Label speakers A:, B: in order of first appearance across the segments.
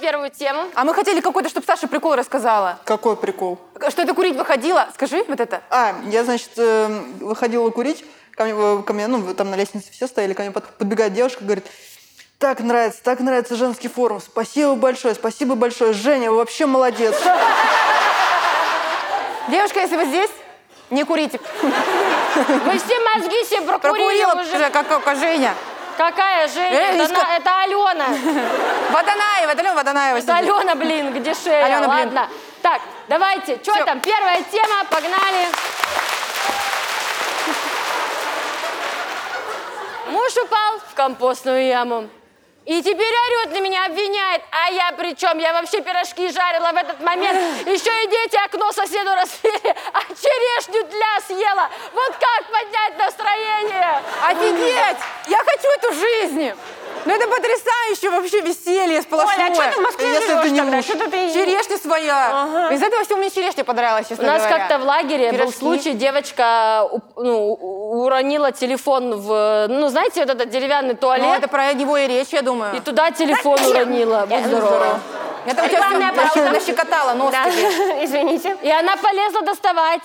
A: первую тему.
B: А мы хотели какой-то, чтобы Саша прикол рассказала.
C: Какой прикол?
B: Что ты курить выходила? Скажи вот это.
C: А, я, значит, э, выходила курить, ко мне, э, ко мне, ну, там на лестнице все стояли, ко мне под- подбегает девушка, говорит, так нравится, так нравится женский форум, спасибо большое, спасибо большое, Женя, вы вообще молодец.
B: Девушка, если вы здесь, не курите.
A: Вы все мозги себе прокурили
B: Прокурила
A: уже.
B: уже, как, как Женя.
A: Какая
B: Э,
A: Женя? Это
B: Лизка.
A: она- Это Алена.
B: Водонаева, это Алена Водонаева
A: Это
B: сидит.
A: Алена, блин, где шея?
B: Алена, блин.
A: Ладно. Так, давайте. Что
B: Всё.
A: там? Первая тема, погнали. Муж упал в компостную яму. И теперь орет на меня, обвиняет. А я при чем? Я вообще пирожки жарила в этот момент. Еще и дети окно соседу разбили, а черешню для съела. Вот как поднять настроение?
B: Офигеть! Я хочу эту жизнь! Ну это потрясающе вообще веселье сплошное.
D: Оля, а что ты в Москве
C: Если
D: живешь
C: ты не
D: тогда?
C: муж.
D: Что-то ты...
B: Черешня своя.
D: Ага.
B: Из этого всего мне черешня понравилась,
A: У
B: честно
A: нас
B: говоря.
A: как-то в лагере был
B: Пирожки.
A: случай, девочка у- ну, у- уронила телефон в, ну, знаете, вот этот деревянный
B: Ну,
A: туалет,
B: это про него и речь, я думаю.
A: и туда телефон уронила. Ну, Будь здорова.
B: Это у тебя
D: Рекламная
B: всё
D: пауза.
B: нащекотало нос
D: Да,
B: тебе.
D: извините.
A: И она полезла доставать.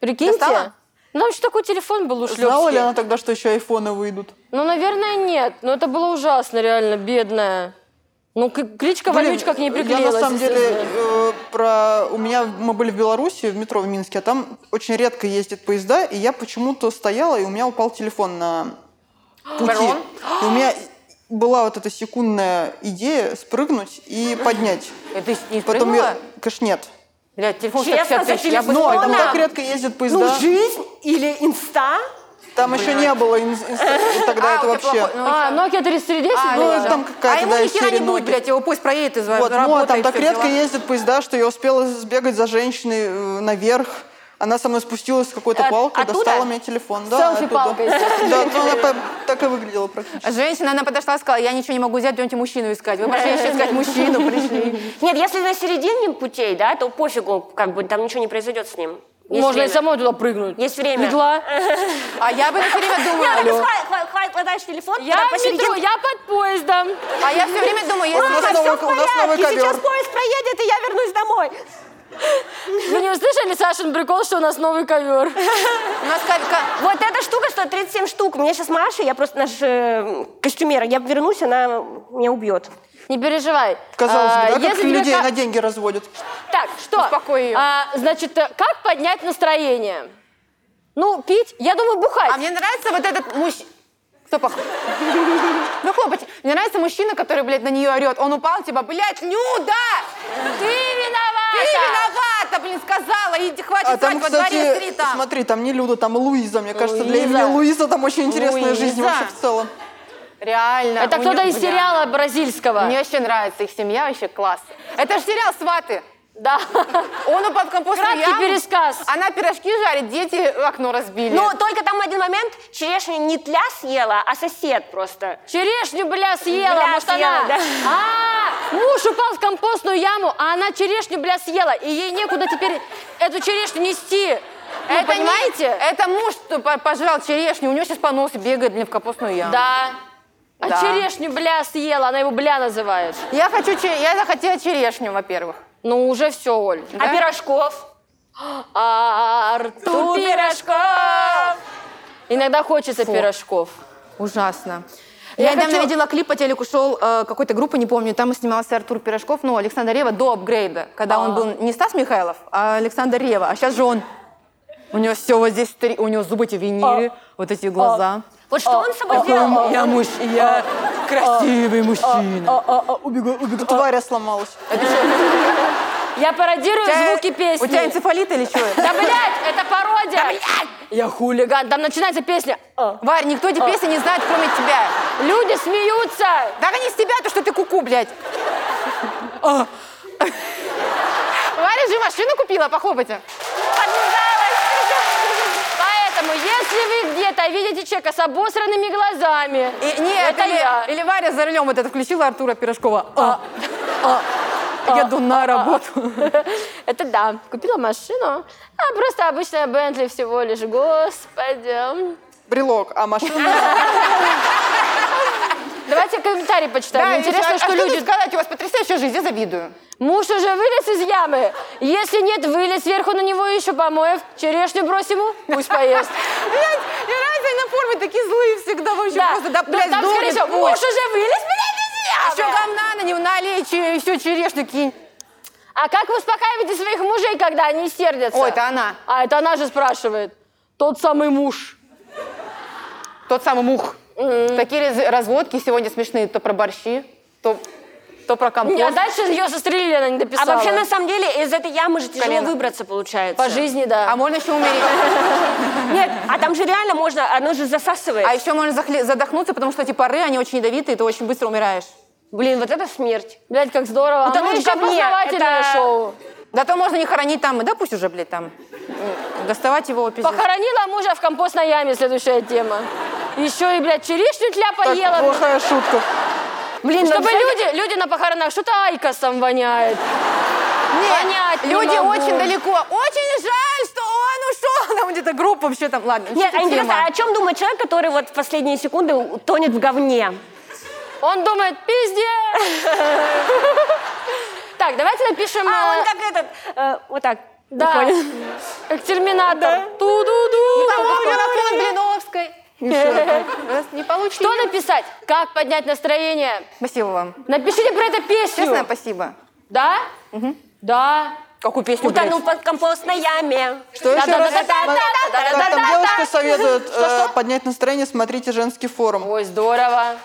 A: Прикиньте.
B: Достала?
A: Ну, вообще такой телефон был
C: Знала ли
A: ушлепский.
C: она тогда, что еще айфоны выйдут?
A: Ну, наверное, нет. Но это было ужасно, реально, бедная. Ну, к- кличка
C: Блин,
A: Вонючка к ней
C: Я
A: приклеилась.
C: на самом
A: если
C: деле
A: честно.
C: э, про... У меня... Мы были в Беларуси, в метро в Минске, а там очень редко ездят поезда, и я почему-то стояла, и у меня упал телефон на пути.
B: Барон?
C: И у меня была вот эта секундная идея спрыгнуть и поднять.
B: Э, Ты не
C: Потом
B: спрыгнула?
C: я... Конечно, нет.
B: Бля, телефон
D: Честно,
B: 150 тысяч.
D: за
B: Я бы
C: Но
D: телефон?
B: спрыгнула.
C: там
D: Она-
C: так редко ездят
D: Ну,
C: поезда.
D: жизнь или инста?
C: там еще не было инс- инста- и тогда
B: А,
C: это
B: у тебя плохой-
C: вообще...
B: ну,
A: А, Nokia 3310
B: а,
A: была?
C: Ну, там
B: А
C: какая-то,
B: ему
C: да,
B: ни хера не
C: серия
B: будет,
C: Nokia.
B: блядь, его пусть проедет из
C: Вот, ну, а
B: работы.
C: там
B: и
C: так
B: всё
C: редко
B: дела.
C: ездят поезда, что я успела сбегать за женщиной э, наверх. Она со мной спустилась с какой-то
D: От-
C: палкой,
D: оттуда?
C: достала мне телефон. Да,
A: Селфи-палкой,
C: оттуда. Да, ну, она по- так и выглядела практически.
B: Женщина, она подошла и сказала, я ничего не могу взять, идемте мужчину искать. Вы пошли еще искать мужчину, пришли.
D: Нет, если на середине путей, да, то пофигу, как бы там ничего не произойдет с ним. Есть
A: Можно и
D: время.
A: самой туда прыгнуть.
D: Есть время.
A: Легла.
B: А я бы все время думала,
D: Алло.
B: алло.
D: хватаешь телефон,
A: Я
D: тогда
A: в метро,
D: посерединке.
A: я под поездом.
B: А я все время думаю,
C: У нас
B: если...
D: Всё
C: новый-
D: в
C: у нас новый
D: порядке, сейчас
C: ковер.
D: поезд проедет, и я вернусь домой.
A: Вы не услышали, Сашин прикол, что у нас новый ковер?
B: У нас как-
D: Вот эта штука стоит 37 штук. Мне сейчас Маша, я просто наш э, костюмер, я вернусь, она меня убьет.
A: Не переживай.
C: Казалось
A: А,
C: бы, да, как
A: если тебе
C: людей
A: ка-
C: на деньги разводят.
A: Так, что?
B: Успокой её.
A: А, значит, э, как поднять настроение? Ну, пить, я думаю, бухать.
B: А мне нравится вот этот мужчина... Кто пох... Ну, хлопать. Мне нравится мужчина, который, блядь, на нее орет. Он упал, типа, блядь, Нюда!
A: Ты
B: Ты
A: виновата!
B: виновата, блин, сказала. Иди, хватит
C: А там,
B: спать во дворе,
C: кстати,
B: сри там.
C: смотри, там не Люда, там Луиза. Мне кажется, для
A: Луиза.
C: имени Луиза там очень интересная жизнь
B: Луиза.
C: вообще в целом.
B: Реально.
A: Это
B: у
A: кто-то
B: неё-
A: из
B: бля.
A: сериала бразильского.
B: Мне вообще нравится их семья, вообще класс. Это же сериал «Сваты».
A: Да.
B: Он упал в компостную
A: Краткий
B: яму.
A: пересказ.
B: Она пирожки жарит, дети окно разбили.
D: Но Ну, только там один момент, черешню не тля съела, а сосед просто.
A: Черешню, бля, съела,
D: Бля,
A: может,
D: съела,
A: она...
D: да.
A: А, муж упал в компостную яму, а она черешню, бля, съела, и ей некуда теперь эту черешню нести.
B: Ну,
A: это
B: понимаете?
A: понимаете?
B: Это муж что по- пожрал черешню, у него сейчас понос и бегает блин, в капустную яму.
A: Да. А
B: Да.
A: черешню, бля, съела, она его бля называет.
B: Я хочу, чере- я захотела черешню, во-первых.
A: Ну, уже все, Оль. А
D: А пирожков?
A: Арту пирожков! Иногда хочется пирожков.
B: Ужасно.
A: Я
B: Я, недавно
A: хочу-
B: видела клип, по телеку шел э, какой-то группы, не помню, там и снимался Артур Пирожков, ну, Александр Рева до апгрейда, когда он был не Стас Михайлов, а Александр Рева, а сейчас же он. У него все вот здесь, три- у него зубы эти винили, вот эти глаза.
D: Вот что он с собой
B: Я,
D: сделал?
B: я муж, я красивый мужчина.
C: Тут Варя сломалась.
A: Я пародирую звуки песни.
B: Э, У тебя энцефалит или что?
A: Да, блядь, это пародия! Я хулиган. Там начинается песня. «А».
B: Варь, никто эти песни не знает, кроме тебя.
A: Люди смеются.
B: Да они с тебя, то, что ты куку, блядь. А. Варя же машину купила, похлопайте.
A: Поэтому, если вы где-то видите человека с обосранными глазами,
B: И- нет,
A: это
B: или,
A: я.
B: или Варя за рулем вот это включила Артура Пирожкова. А, а, еду на работу.
A: Это да, купила машину, а просто обычная Бентли всего лишь, господи.
C: Брелок, а машина...
A: Давайте комментарии почитаем. Интересно,
B: а
A: что,
B: тут
A: люди...
B: сказать, у вас потрясающая жизнь, я завидую.
A: Муж уже вылез из ямы. Если нет, вылез сверху на него еще помоев. Черешню бросим ему, пусть поест.
B: Блядь, и Райза на форме такие злые всегда вообще
A: Да.
B: просто, да,
A: Ну,
B: блядь,
A: там, скорее
B: дурит,
A: всего,
B: пусть.
A: муж уже вылез, блядь, из
B: Еще
A: ямы.
B: говна на него налей, че- и все, черешню кинь.
A: А как вы успокаиваете своих мужей, когда они сердятся?
B: О, это она.
A: А, это она же спрашивает. Тот самый муж.
B: Тот самый мух. Такие раз- разводки сегодня смешные. То про борщи, то, то про компост.
A: А дальше ее застрелили, она не
D: А
A: дописала.
D: вообще, на самом деле, из этой ямы же тяжело
B: Колено.
D: выбраться, получается.
A: По жизни, да.
B: А можно еще умереть.
D: Нет, а там же реально можно, оно же засасывает.
B: А еще можно захле- задохнуться, потому что эти пары, они очень ядовитые, и ты очень быстро умираешь.
D: Блин, вот это смерть.
A: Блядь, как
B: Ну,
A: здорово.
D: Утонуть
A: а мы
D: в
A: еще
D: говне.
A: познавательное
D: Это-
A: шоу.
B: Да то можно не хоронить там, да пусть уже, блядь, там. М, Доставать его пиздец.
A: Похоронила мужа в компостной яме, следующая тема. Еще и, блядь, черешню тля
C: Так,
A: поела.
C: плохая шутка.
D: Блин,
A: Чтобы
D: вообще-
A: люди, люди на похоронах, что-то айкосом воняет.
B: Нет,
A: Понять не
B: люди
A: могу.
B: очень далеко. Очень жаль, что он ушел. Там где-то группа вообще там, ладно.
D: Нет,
B: что-то
D: а интересно,
B: тема.
D: а о чем думает человек, который вот в последние секунды у- тонет в говне?
A: Он думает, пиздец. Так, давайте напишем...
D: А,
A: э,
D: он как этот, э, вот так.
A: Да,
D: уходит.
A: как терминатор.
B: Не
A: Ту-ду-ду.
B: получится на фон Блиновской. Раз Не получится.
A: Что написать? Как поднять настроение?
B: Спасибо вам.
A: Напишите про это
B: Честное
A: песню.
B: спасибо.
A: Да? Да.
B: Какую песню, блядь?
D: Утонул под компостной яме.
C: Что еще раз? Так, там девушка
A: Да-да-да-да-да-да-да-да.
C: советует э, поднять настроение, смотрите женский форум.
A: Ой, здорово.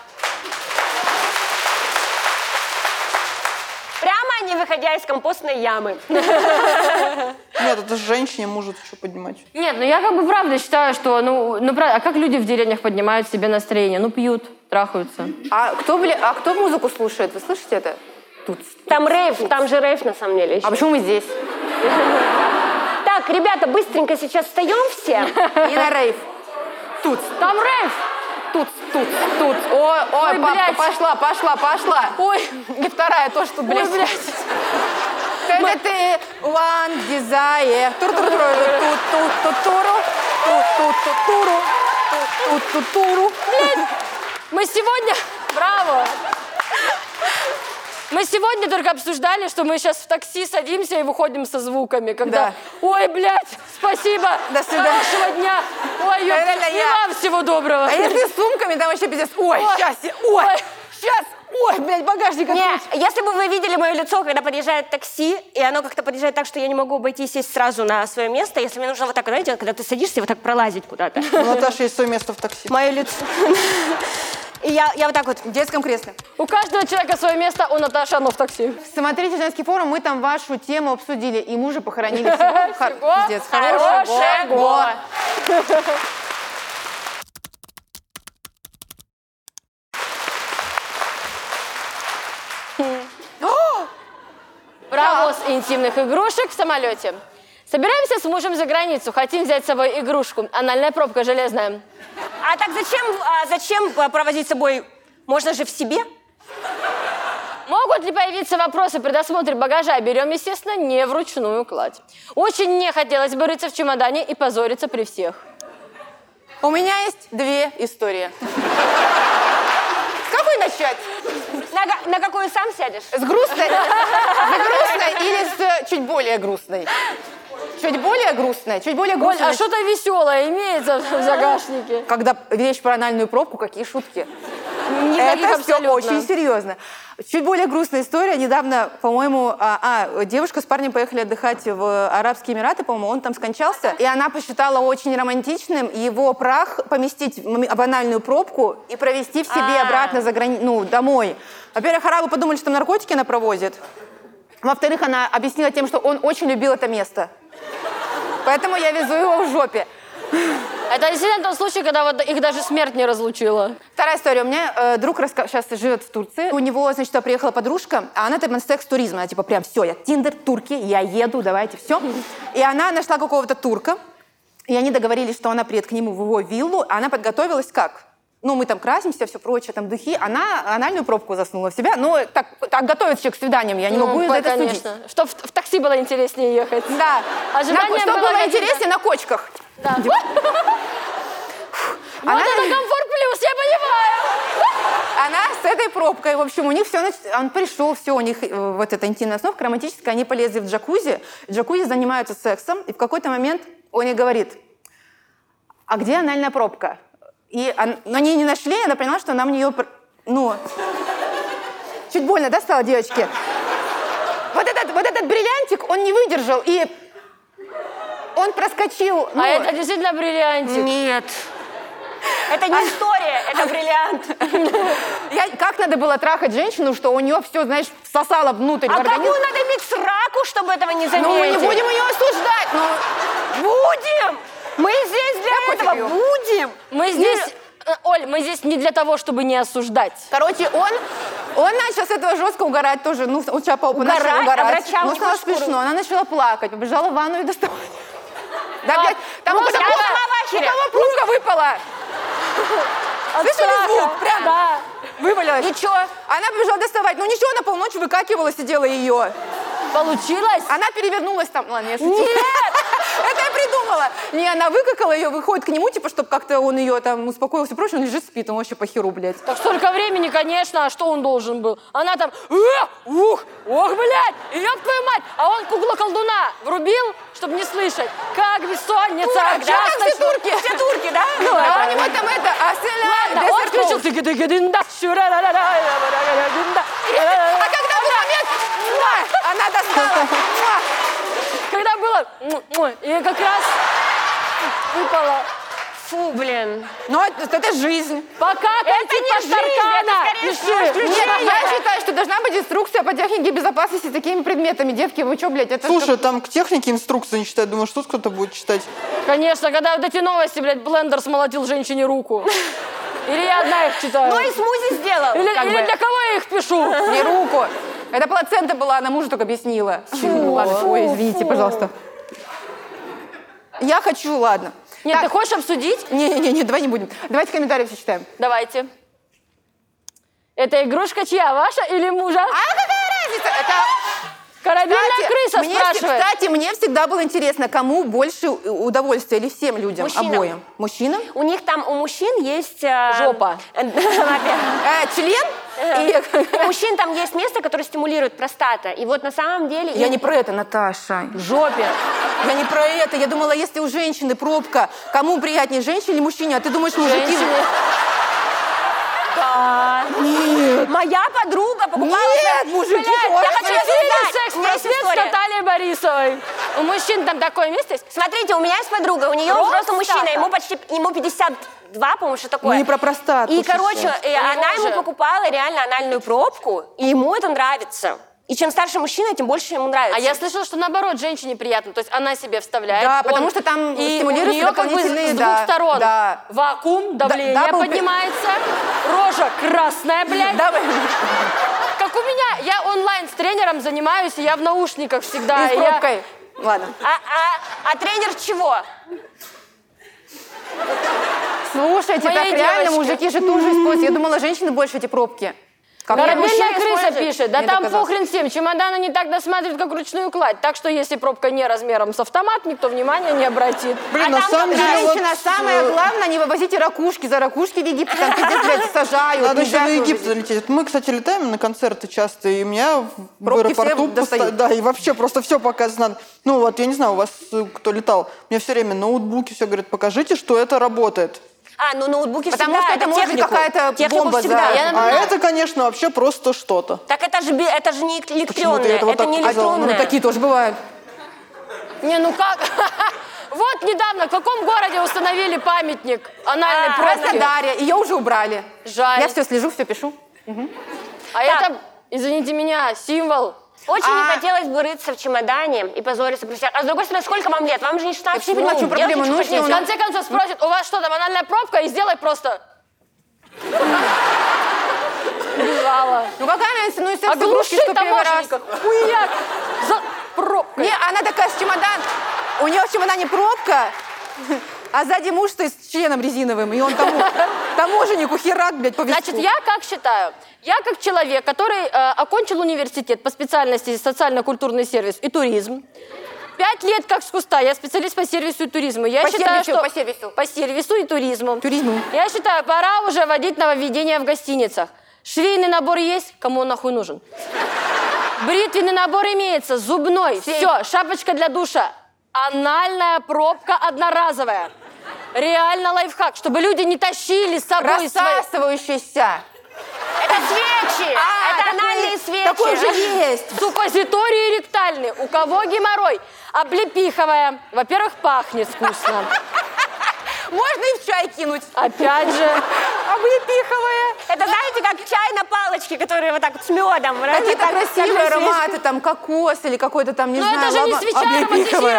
D: Прямо не выходя из компостной ямы.
C: Нет, это же женщине мужу что поднимать.
A: Нет, ну я как бы правда считаю, что, ну, ну правда, а как люди в деревнях поднимают себе настроение? Ну, пьют, трахаются.
B: А кто, бля, а кто музыку слушает? Вы слышите это?
D: Там рейв, там же рейв на самом деле. ещё.
B: А почему мы здесь?
D: Так, ребята, быстренько сейчас встаем все.
B: И на рейв. Тут,
A: Там рейв!
B: тут, тут, тут. Ой, ой,
A: Ой,
B: бабка,
A: блядь.
B: пошла, пошла, пошла.
A: Ой,
B: И вторая тоже тут,
A: ой,
B: блядь.
A: блядь.
B: Тэ-тэ-тэ, one desire. тур тур тур тут, тут, тут, туру. Тут, тут, тут, туру. Тут, тут, тут, туру.
A: Мы сегодня... Браво! Мы сегодня только обсуждали, что мы сейчас в такси садимся и выходим со звуками, когда
B: Да.
A: «Ой, блядь, спасибо,
B: До свидания».
A: хорошего дня, ой,
B: Реально,
A: ёпта, и
B: я-
A: вам всего доброго».
B: А если с сумками, там вообще пиздец. Ой, счастье, ой,
A: Ой.
B: сейчас, ой, блядь, багажник
D: Не,
B: открыть.
D: если бы вы видели мое лицо, когда подъезжает такси, и оно как-то подъезжает так, что я не могу обойти и сесть сразу на свое место, если мне нужно вот так, знаете, когда ты садишься и вот так пролазить куда-то.
C: У Наташи есть свое место в такси.
D: Мое лицо. И я, я вот так вот.
B: В детском кресле.
A: У каждого человека свое место, у Наташи оно в такси.
B: Смотрите женский форум, мы там вашу тему обсудили, и мужа похоронили. Всего, хор-
A: Всего
B: пиздец, хорошего
A: хорошего.
B: года.
A: Провоз интимных игрушек в самолете. Собираемся с мужем за границу, хотим взять с собой игрушку. Анальная пробка железная.
D: А так зачем, а зачем а, провозить с собой? Можно же в себе.
A: Могут ли появиться вопросы при досмотре багажа? Берем, естественно, не вручную кладь. Очень не хотелось бы рыться в чемодане и позориться при всех.
B: У меня есть две истории. С какой начать?
D: На, га- на какую сам сядешь?
B: С грустной? С грустной или с э, чуть более грустной? Чуть более грустной, чуть более
A: Оль,
B: грустной.
A: а что-то веселое имеется в загашнике.
B: Когда речь про анальную пробку, какие шутки?
A: Никаких
B: Это все
A: абсолютно.
B: очень серьезно. Чуть более грустная история. Недавно, по-моему, а, а, девушка с парнем поехали отдыхать в Арабские Эмираты, по-моему, он там скончался. И она посчитала очень романтичным его прах поместить в м- банальную пробку и провести в себе
D: А.
B: обратно за грани... ну, домой. Во-первых, арабы подумали, что там наркотики она провозит. Во-вторых, она объяснила тем, что он очень любил это место. Поэтому я везу его в жопе.
A: Это действительно тот случай, когда вот их даже смерть не разлучила.
B: Вторая история. У меня э, друг сейчас живет в Турции. У него, значит, туда приехала подружка, а она там секс туризма. Она типа прям все, я Тиндер, турки, я еду, давайте все. И она нашла какого-то турка, и они договорились, что она приедет к нему в его виллу, а она подготовилась как? Ну, мы там красимся, все прочее, там духи. Она анальную пробку заснула в себя. Ну, так, так готовится человек к свиданиям, я не могу
A: Ну,
B: ее за это судить.
A: конечно. А Чтоб в, в такси было интереснее ехать.
B: Да.
A: Ожидание
B: На- что
A: было
B: было
A: каким-то-
B: интереснее, на кочках. Типа.
A: Да.
B: Она-
A: Вот это комфорт плюс, я понимаю.
B: она с этой пробкой, в общем, у них все, он пришел, все, у них э, вот эта интимная основка романтическая, они полезли в джакузи, в джакузи занимаются сексом, и в какой-то момент он ей говорит, а где анальная пробка? И он- но они ее не нашли, она поняла, что она в нее, пр- ну, чуть больно, да, стало девочки? Вот этот, вот этот бриллиантик, он не выдержал, и он проскочил. ну,
A: А это действительно бриллиантик.
D: Нет. Это не история, это бриллиант.
B: Я- как надо было трахать женщину, что у нее все, знаешь, сосало внутрь в
D: А
B: организм?
D: кому надо иметь сраку, чтобы этого не заметить?
B: Ну, мы не будем ее осуждать, ну. но...
D: Будем! Мы здесь для
B: Я
D: этого
B: потерю.
D: будем!
A: Мы здесь, э, Оль, мы здесь не для того, чтобы не осуждать.
B: Короче, он, он начал с этого жестко угорать тоже. Ну, он сейчас
D: Угорать?
B: начал
D: А
B: угорать.
D: врачам
B: Ну,
D: не
B: стало
D: хочешь
B: смешно. Она начала плакать, побежала в ванну и достала. Да, блядь, там у
A: ну,
B: кого-то
A: я
B: пробка-
D: сама в
B: у
D: ахере.
B: кого пробка выпала. Слышали звук? Прям
A: Да.
B: вывалилась.
A: И чё?
B: Она побежала доставать. Ну ничего, она полночи выкакивала, сидела ее.
A: Получилось?
B: Она перевернулась там. Ладно, я шутила. Это я придумала. Не, она выкакала ее, выходит к нему, типа, чтобы как-то он ее там успокоился. Проще, он лежит, спит, он вообще по херу, блядь.
A: Так столько времени, конечно, а что он должен был? Она там, «Э, ух, ох, блядь, ёб твою мать, а он кукла колдуна врубил, чтобы не слышать. Как бессонница,
B: Турок, а чё как все
A: часто-
B: турки?
D: Все турки, да?
B: Ну, а у него там это, а остальная...
A: Ладно, он
B: Desert
A: включил.
B: Rose.
A: «Тыки-тыки-дында, щура-ра-ра-ра, ра-ра-ра-дында,
B: А
A: ра-ра-ра-ра».
B: когда был момент, муа, она достала. муа.
A: Когда было, м, ой, и как раз выпало.
D: Фу, блин.
B: Ну, это, это жизнь.
A: Пока
D: не
A: по
D: жизнь, это скорее
A: Пиши.
B: Нет,
A: Нет,
B: я считаю, что должна быть инструкция по технике безопасности с такими предметами. Девки, вы что, блядь, это...
C: Слушай, там к технике инструкции не читают. Думаешь, тут кто-то будет читать?
A: Конечно, когда вот эти новости, блядь, блендер смолотил женщине руку. Или я одна их читаю.
D: Ну и смузи сделал.
A: Или,
D: как
A: или
D: бы.
A: для кого я их пишу?
B: что- Не руку. Это плацента была, она мужу только объяснила. Ну, ладно, ой, извините, пожалуйста. Я хочу, ладно.
A: Нет, ты хочешь обсудить?
B: Не-не-не, давай не будем. Давайте комментарии все читаем.
A: Давайте. Это игрушка чья, ваша или мужа?
B: А какая разница? Это
A: Корабельная
B: Кстати,
A: крыса
B: мне, все-
A: спрашивает.
B: кстати, мне всегда было интересно, кому больше у- удовольствия или всем людям,
D: Мужчинам.
B: обоим? Мужчинам?
D: У них там, у мужчин есть... э,
A: Жопа.
D: во-первых.
B: Э, член? И-
D: У мужчин там есть место, которое стимулирует простата. И вот на самом деле...
B: Я
D: им-
B: не про это, Наташа.
A: Жопе.
B: Я не про это. Я думала, если у женщины пробка, кому приятнее, женщине или мужчине? А ты думаешь, мужики...
A: Женщины.
D: Да. Моя подруга покупала...
B: Нет,
D: своим-
B: мужики,
D: Блядь, я
B: тоже
D: хочу
A: Хотели
D: рассказать.
A: секс
D: У меня есть
A: просвет с
D: история.
A: Натальей Борисовой. У мужчин там такое место есть?
D: Смотрите, у меня есть подруга, у нее
A: Просто
D: взрослый мужчина,
A: так.
D: ему почти, ему 52, по-моему, что такое.
B: Мы не про простату
D: И,
B: сейчас.
D: короче, э,
A: У него
D: она ему
A: же-
D: покупала реально анальную пробку, и ему это нравится. И чем старше мужчина, тем больше ему нравится.
A: А я слышала, что наоборот женщине приятно. То есть она себе вставляет.
B: Да,
A: он-
B: потому что там
A: и
B: стимулируются
A: у нее как бы с-
B: дополнительные,
A: с двух
B: да,
A: сторон.
B: да.
A: Вакуум, давление
B: дабл пе-
A: поднимается, рожа красная, блядь.
B: Давай.
A: Как у меня, я онлайн с тренером занимаюсь, и я в наушниках всегда.
B: И с
A: и я-
B: пробкой. Ладно.
D: А, а- а тренер чего?
B: Слушайте,
A: Моей
B: так реально
A: девочке.
B: мужики же тоже используют. Я думала, женщины больше эти пробки. Как я-
A: Корабельная
D: мужчина
A: крыса
D: использует.
A: пишет, да
B: Мне
A: там
B: доказалось.
A: похрен всем, чемоданы не так досматривают, как ручную кладь. Так что если пробка не размером с автомат, никто внимания не обратит.
C: Блин,
D: А
C: на
D: там
C: самом деле... вот,
B: Женщина, самое
C: э,
B: главное, не вывозите ракушки. За ракушки в Египет там пиздец, блядь, сажают.
C: Надо еще
B: нельзя
C: на Египет
B: вывозить.
C: залететь. Мы, кстати, летаем на концерты часто, и меня в
B: Пробки все
C: аэропорту...
B: достают.
C: поста- Да, и вообще просто все показано. Ну вот, я не знаю, у вас э, кто летал. Мне все время ноутбуки все говорят, покажите, что это работает.
D: А, ну ноутбуки
B: Потому
D: всегда,
B: что это может быть
D: технику.
B: какая-то
D: Технику
B: бомба,
D: всегда.
B: да.
D: Я
C: А это, конечно, вообще просто что-то.
D: Так это же, би- это же не электронное,
C: я это
D: это,
C: вот так
D: не
C: сказала?
D: электронное.
B: Ну, такие тоже бывают.
A: Не, ну как? Вот недавно в каком городе установили памятник анальной
D: А,
A: пробки?
B: Краснодаре. Ее уже убрали.
A: Жаль.
B: Я все слежу, все пишу.
A: А
D: Так.
A: это, извините меня, символ.
D: Очень не
B: А-
D: хотелось бы рыться в чемодане и позориться при всех. А с другой стороны, сколько вам лет? Вам же не 16.
B: Я вообще не понимаю, в чем
D: делайте,
B: проблема.
D: что
B: Ну, если
A: В
D: хотите.
B: он-
A: конце концов спросят, у вас что там, анальная пробка? И сделай просто... Бежала.
B: Ну какая разница, ну и секс игрушки,
A: Оглуши
B: что первый раз.
A: таможенника. Хуяк. За пробкой.
B: Не, она такая с чемодан, у нее в чемодане пробка, а сзади муж стоит с членом резиновым, и он тому, таможеннику херак, блядь, по виску.
A: Значит, я как считаю? Я как человек, который э, окончил университет по специальности социально-культурный сервис и туризм. Пять лет как с куста. Я специалист по сервису и туризму. Я
B: По
A: считаю,
B: сервису,
A: что...
B: по сервису.
A: По сервису и туризму.
B: Туризму.
A: Я считаю, пора уже вводить нововведения в гостиницах. Швейный набор есть, кому он нахуй нужен? Бритвенный набор имеется, зубной, все, шапочка для душа. Анальная пробка одноразовая. Реально лайфхак, чтобы люди не тащили с собой свои...
B: Рассасывающийся.
D: Это свечи! это
B: А, такой-
D: анальные свечи!
B: Такой же есть.
A: Суппозитории ректальные. У кого геморрой? Облепиховая. Во-первых, пахнет вкусно.
B: Можно и в чай кинуть.
A: Опять же,
B: А
D: Облепиховые. Это знаете, как чай на палочке, которые вот так вот с медом.
B: Какие-то
D: так-
B: красивые
D: так
B: ароматы, там кокос или какой-то там, не
A: но
B: знаю,
A: это же не
B: лава-
A: свеча
B: облепиховая.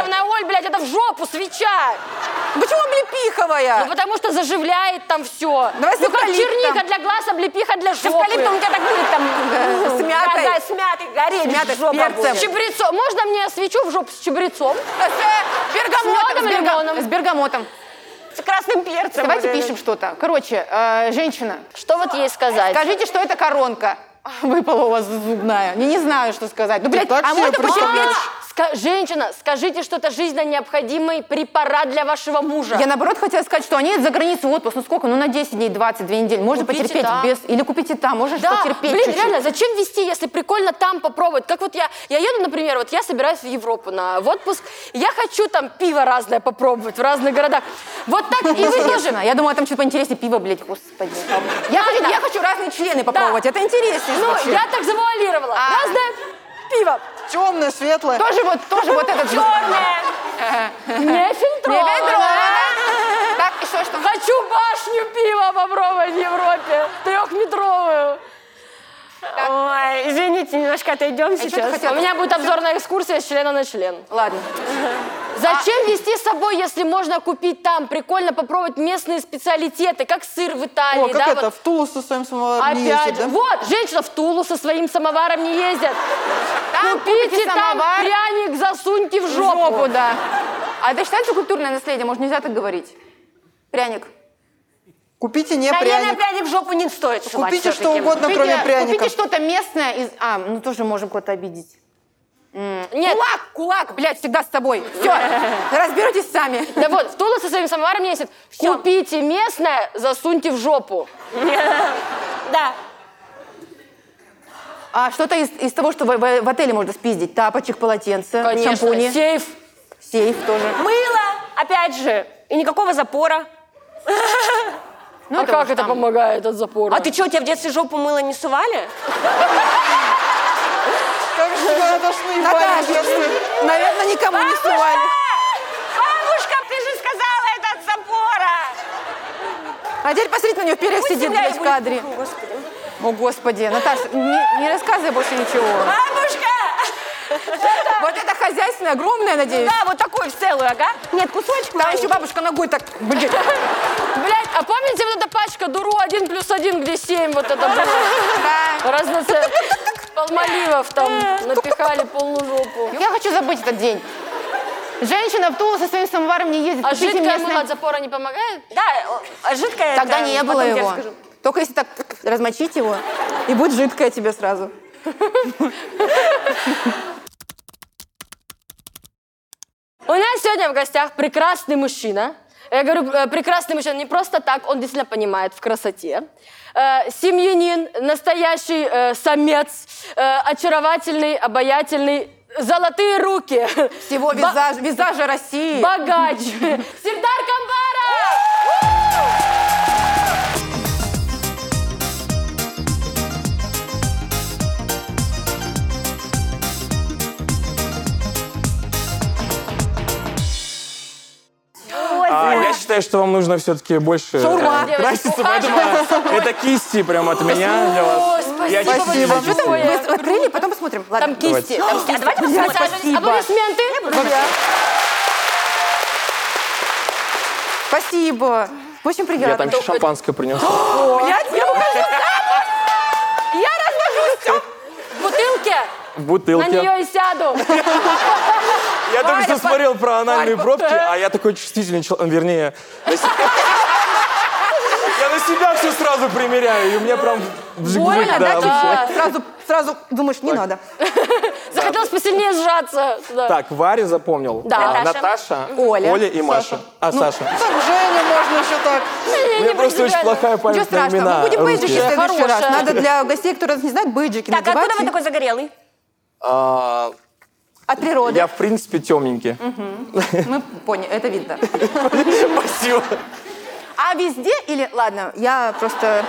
A: ароматизированная, Оль, блядь, это в жопу свеча.
B: Почему облепиховая?
A: Ну, потому что заживляет там все.
B: Давай с
A: ну, как
B: эвкалиптом.
A: черника для глаз, облепиха для
D: С
A: жопы.
D: эвкалиптом у тебя так будет там...
B: Э, с мятой.
D: Да, да, с мятой горели.
B: С мятой, с
D: жопа
B: перцем.
D: будет.
A: С чабрецом. Можно мне свечу в жопу с чабрецом?
B: Э, С бергамотом,
A: медом
B: с
A: и
B: берга-
A: лимоном.
B: С бергамотом.
D: С красным перцем.
B: Давайте
D: вот это.
B: пишем что-то. Короче, э, женщина,
A: Что вот ей сказать?
B: скажите, что это коронка. Выпала у вас зубная. Не, не знаю, что сказать. Ну, блядь,
C: так
B: а
C: себе
B: можно
C: просто
B: потерпеть?
A: А, ска- женщина, скажите, что это жизненно необходимый препарат для вашего мужа.
B: Я наоборот хотела сказать, что они едут за границу в отпуск. Ну сколько? Ну на 10 дней, 20, 2 недели. Можно
A: Купите
B: потерпеть
A: там.
B: без. Или купите там, можно
A: Да,
B: потерпеть
A: блин,
B: чуть-чуть.
A: реально, зачем вести, если прикольно там попробовать? Как вот я, я еду, например, вот я собираюсь в Европу на в отпуск, и я хочу там пиво разное попробовать в разных городах. Вот так и вы тоже.
B: Интересно. Я думала, там что-то поинтереснее. Пиво, блядь, господи. Я хочу, я хочу разные члены попробовать. Это интереснее.
A: Ну,
B: звучит.
A: я так завуалировала.
B: А.
A: Разное пиво.
C: Темное, светлое.
B: Тоже вот, тоже вот этот...
D: Черное.
A: Не
B: Не ведро,
A: фильтрованное.
B: да? Так, и что, что?
A: Хочу башню пива попробовать в Европе. Трехметровую.
D: Ой, извините, немножко отойдем
B: ты
D: сейчас.
B: хотела?
A: У меня будет обзорная экскурсия с члена на член.
B: Ладно.
A: Зачем вести с собой, если можно купить там? Прикольно попробовать местные специалитеты, как сыр в Италии.
C: О, как
A: да,
C: это,
A: вот.
C: в Тулу со своим самоваром
A: Опять
C: не ездит,
A: же.
C: да?
A: Вот, женщина в Тулу со своим самоваром не ездят.
B: Ну, Там
A: Купите
B: купите
A: там
B: самовар.
A: пряник, засуньте в
B: В
A: жопу.
B: жопу, да. А это считается культурное наследие? Может, нельзя так говорить? Пряник.
C: Купите не
D: Наверное,
C: пряник.
D: пряник в жопу не стоит сувать
C: Купите что
D: всё-таки.
C: угодно, Ну, кроме
B: купите
C: пряников.
B: что-то местное из... А, ну тоже можем кого-то обидеть.
A: Нет,
B: Кулак, кулак, блядь, всегда с собой. Все, разберитесь сами.
A: да вот, в Тулу со своим самоваром не ездят. Купите местное, засуньте в жопу.
D: Да.
B: А что-то из, из того, что в, в- в отеле можно спиздить? Тапочек, полотенце,
A: Конечно, А
B: шампуни,
A: сейф.
B: сейф тоже.
D: Мыло, опять же. И никакого запора.
B: Ну,
A: а как
B: уж
A: это
B: там.
A: помогает от запора?
D: А ты что, тебя в детстве жопу мыло не
B: Ну,
D: сували?
C: Как же тебя надо
B: Наташа,
C: шнуебать?
B: наверное, никому не сували.
D: Бабушка, ты же сказала это от запора!
B: А теперь посмотрите на нее, в перьях сидит, блядь,
D: Пусть
B: в
D: земля и будет
B: кадре.
D: пухом, господи.
B: О, господи, Наташа, не, не рассказывай больше ничего.
D: Бабушка!
B: Вот это хозяйственное, огромное, надеюсь.
D: Да, вот такой в целую, ага. Нет, кусочек
B: Там еще
D: маленький.
B: бабушка ногой так, блядь.
A: Блять, а помните вот эта пачка Дуру 1 плюс 1, где 7 вот это было? Разноцвет. Полмаливов там напихали полную жопу.
B: Я хочу забыть этот день. Женщина в Тулу со своим самоваром не ездит.
A: А
B: Купите
A: жидкое
B: местное.
A: мыло от запора не помогает?
D: Да, э, жидкое.
B: Тогда
D: это
B: не было
D: потом тебе
B: его.
D: расскажу.
B: Только если так размочить его, и будет жидкое тебе сразу.
A: У нас сегодня в гостях прекрасный мужчина. Я говорю, э, прекрасный мужчина не просто так, он действительно понимает в красоте. Э, Семьянин, настоящий э, самец, э, очаровательный, обаятельный, золотые руки.
B: Всего
A: Ба-
B: визаж, визажа России.
A: Богач. Сердар Камбаров!
D: Ой,
E: А,
D: зря.
E: я считаю, что вам нужно все-таки больше э,
B: Шаурма.
E: краситься,
A: Девочки,
E: поэтому это кисти прям от меня для
A: Ой,
E: вас. Я
A: спасибо
E: чисто-
A: большое.
B: А что там?
A: Ой,
B: Вы с- открыли, потом посмотрим.
A: Там
B: Ладно.
A: кисти. там кисти.
D: А давайте
A: Друзья,
D: посмотрим.
A: Присаживайтесь. Аплодисменты.
B: Спасибо. Очень приятно.
E: Я там еще шампанское принес.
B: Блядь, я покажу.
A: Я развожусь всё. в бутылке. На
E: Бутылки.
A: нее и сяду.
E: Я только
A: Варя,
E: что
A: по-
E: смотрел про анальные
A: Варя,
E: пробки,
A: по-
E: а я такой чувствительный человек, вернее, Я на себя все сразу примеряю, и мне прям вжиг-вжиг,
B: Больно, да?
E: да, вообще.
B: типа, Сразу, сразу думаешь, не надо.
A: Захотелось посильнее сжаться. Да.
E: Так, Варя запомнил.
A: Да.
E: А, Наташа,
B: Оля.
E: Оля и Маша. А, Саша.
C: Так, Женя, можно еще так.
A: Не,
E: У
A: не
E: меня просто очень
A: принципиально.
E: плохая
B: Ничего
E: память на
B: страшного.
E: имена
B: Мы будем бейджики в
E: русские.
B: следующий раз.
A: Хорошая. а
B: Надо для гостей, которые нас не знают, бейджики
D: Так,
B: надевать.
D: откуда вы такой загорелый?
E: А,
B: От природы.
E: Я, в принципе, темненький.
B: Мы поняли, это видно.
E: Спасибо.
B: А везде или... Ладно, я просто...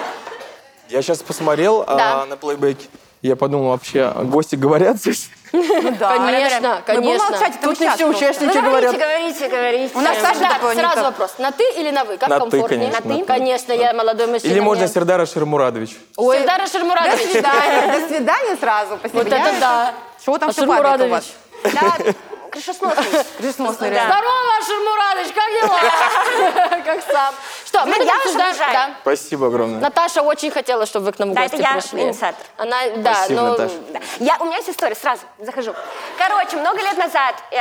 E: Я сейчас посмотрел а,
A: Да.
E: на плейбеке. Я подумал, вообще, гости говорят здесь?
B: Ну да.
A: Конечно,
B: Мы будем
A: конечно.
B: молчать, это
C: Тут не
B: участок.
C: все участники говорят.
D: Ну, Говорите, говорите, говорите.
B: У нас Саша
A: Да,
B: такого не
A: сразу
B: так.
A: вопрос. На ты или на вы? Как
E: На ты,
A: комфортнее?
E: конечно, на ты.
A: Конечно, я молодой мужчина.
E: Или можно
A: мне-
E: Сердара Шермурадович?
B: Ой,
A: Сердара
B: До
A: Шермурадович.
B: свидания, до свидания сразу. Спасибо.
A: Вот это
B: Я-
A: да.
B: Что там
A: А
B: все падает у вас?
A: Шермурадович?
D: Да, крышесносный.
B: Крышесносный,
D: Да.
B: реально.
A: Здорово, Шермурадович, как дела? Как сам. Что, мы
D: Блин, я
A: будем
D: вас
A: обсуждать-
D: обожаю.
A: да.
E: Спасибо огромное.
A: Наташа очень хотела, чтобы вы к нам в
D: Да,
A: гости
D: это я,
A: пришли.
D: инициатор.
A: Она, да,
E: Спасибо,
A: ну,
E: Наташа.
D: Да. Я, у меня есть история, сразу захожу. Короче, много лет назад э, э,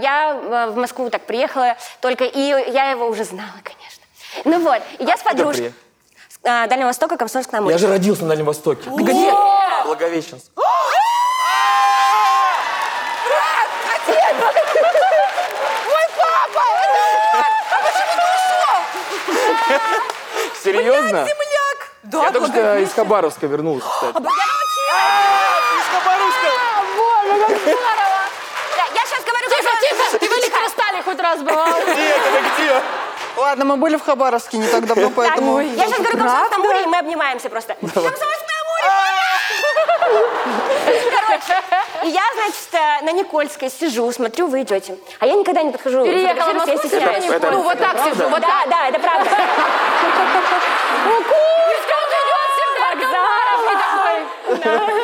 D: я э, в Москву так приехала только, и я его уже знала, конечно. Ну вот, и я с подружкой.
E: приехала?
D: С, э, Дальнего Востока, Комсомольск на
E: Я
D: Амуре.
E: же родился на Дальнем Востоке.
B: где?
E: Благовещенск. Серьезно?
B: Земляк! Да,
E: Я только что
B: благовещен-
E: из Хабаровска вернулся, кстати. Из Хабаровска?
D: Да, я сейчас говорю...
A: Тихо,
D: как-
A: тихо, ты в Электростале хоть раз бывал.
E: Нет, это где?
C: Ладно, мы были в Хабаровске не так давно,
D: Так,
C: поэтому...
D: я сейчас говорю Комсомольск на Амуре, и мы обнимаемся просто. Комсомольск на Амуре! Короче, и я, значит, э, на Никольской сижу, смотрю, вы идете. А я никогда не подхожу.
A: Переехала в
D: фотографироваться, я
A: Москву, сижу
D: стесняюсь.
A: на
E: Это-
A: Николе. Ну, вот так сижу, вот
D: Да,
A: так.
D: да, это правда.
A: Как идет Сердар Гамаров, и такой,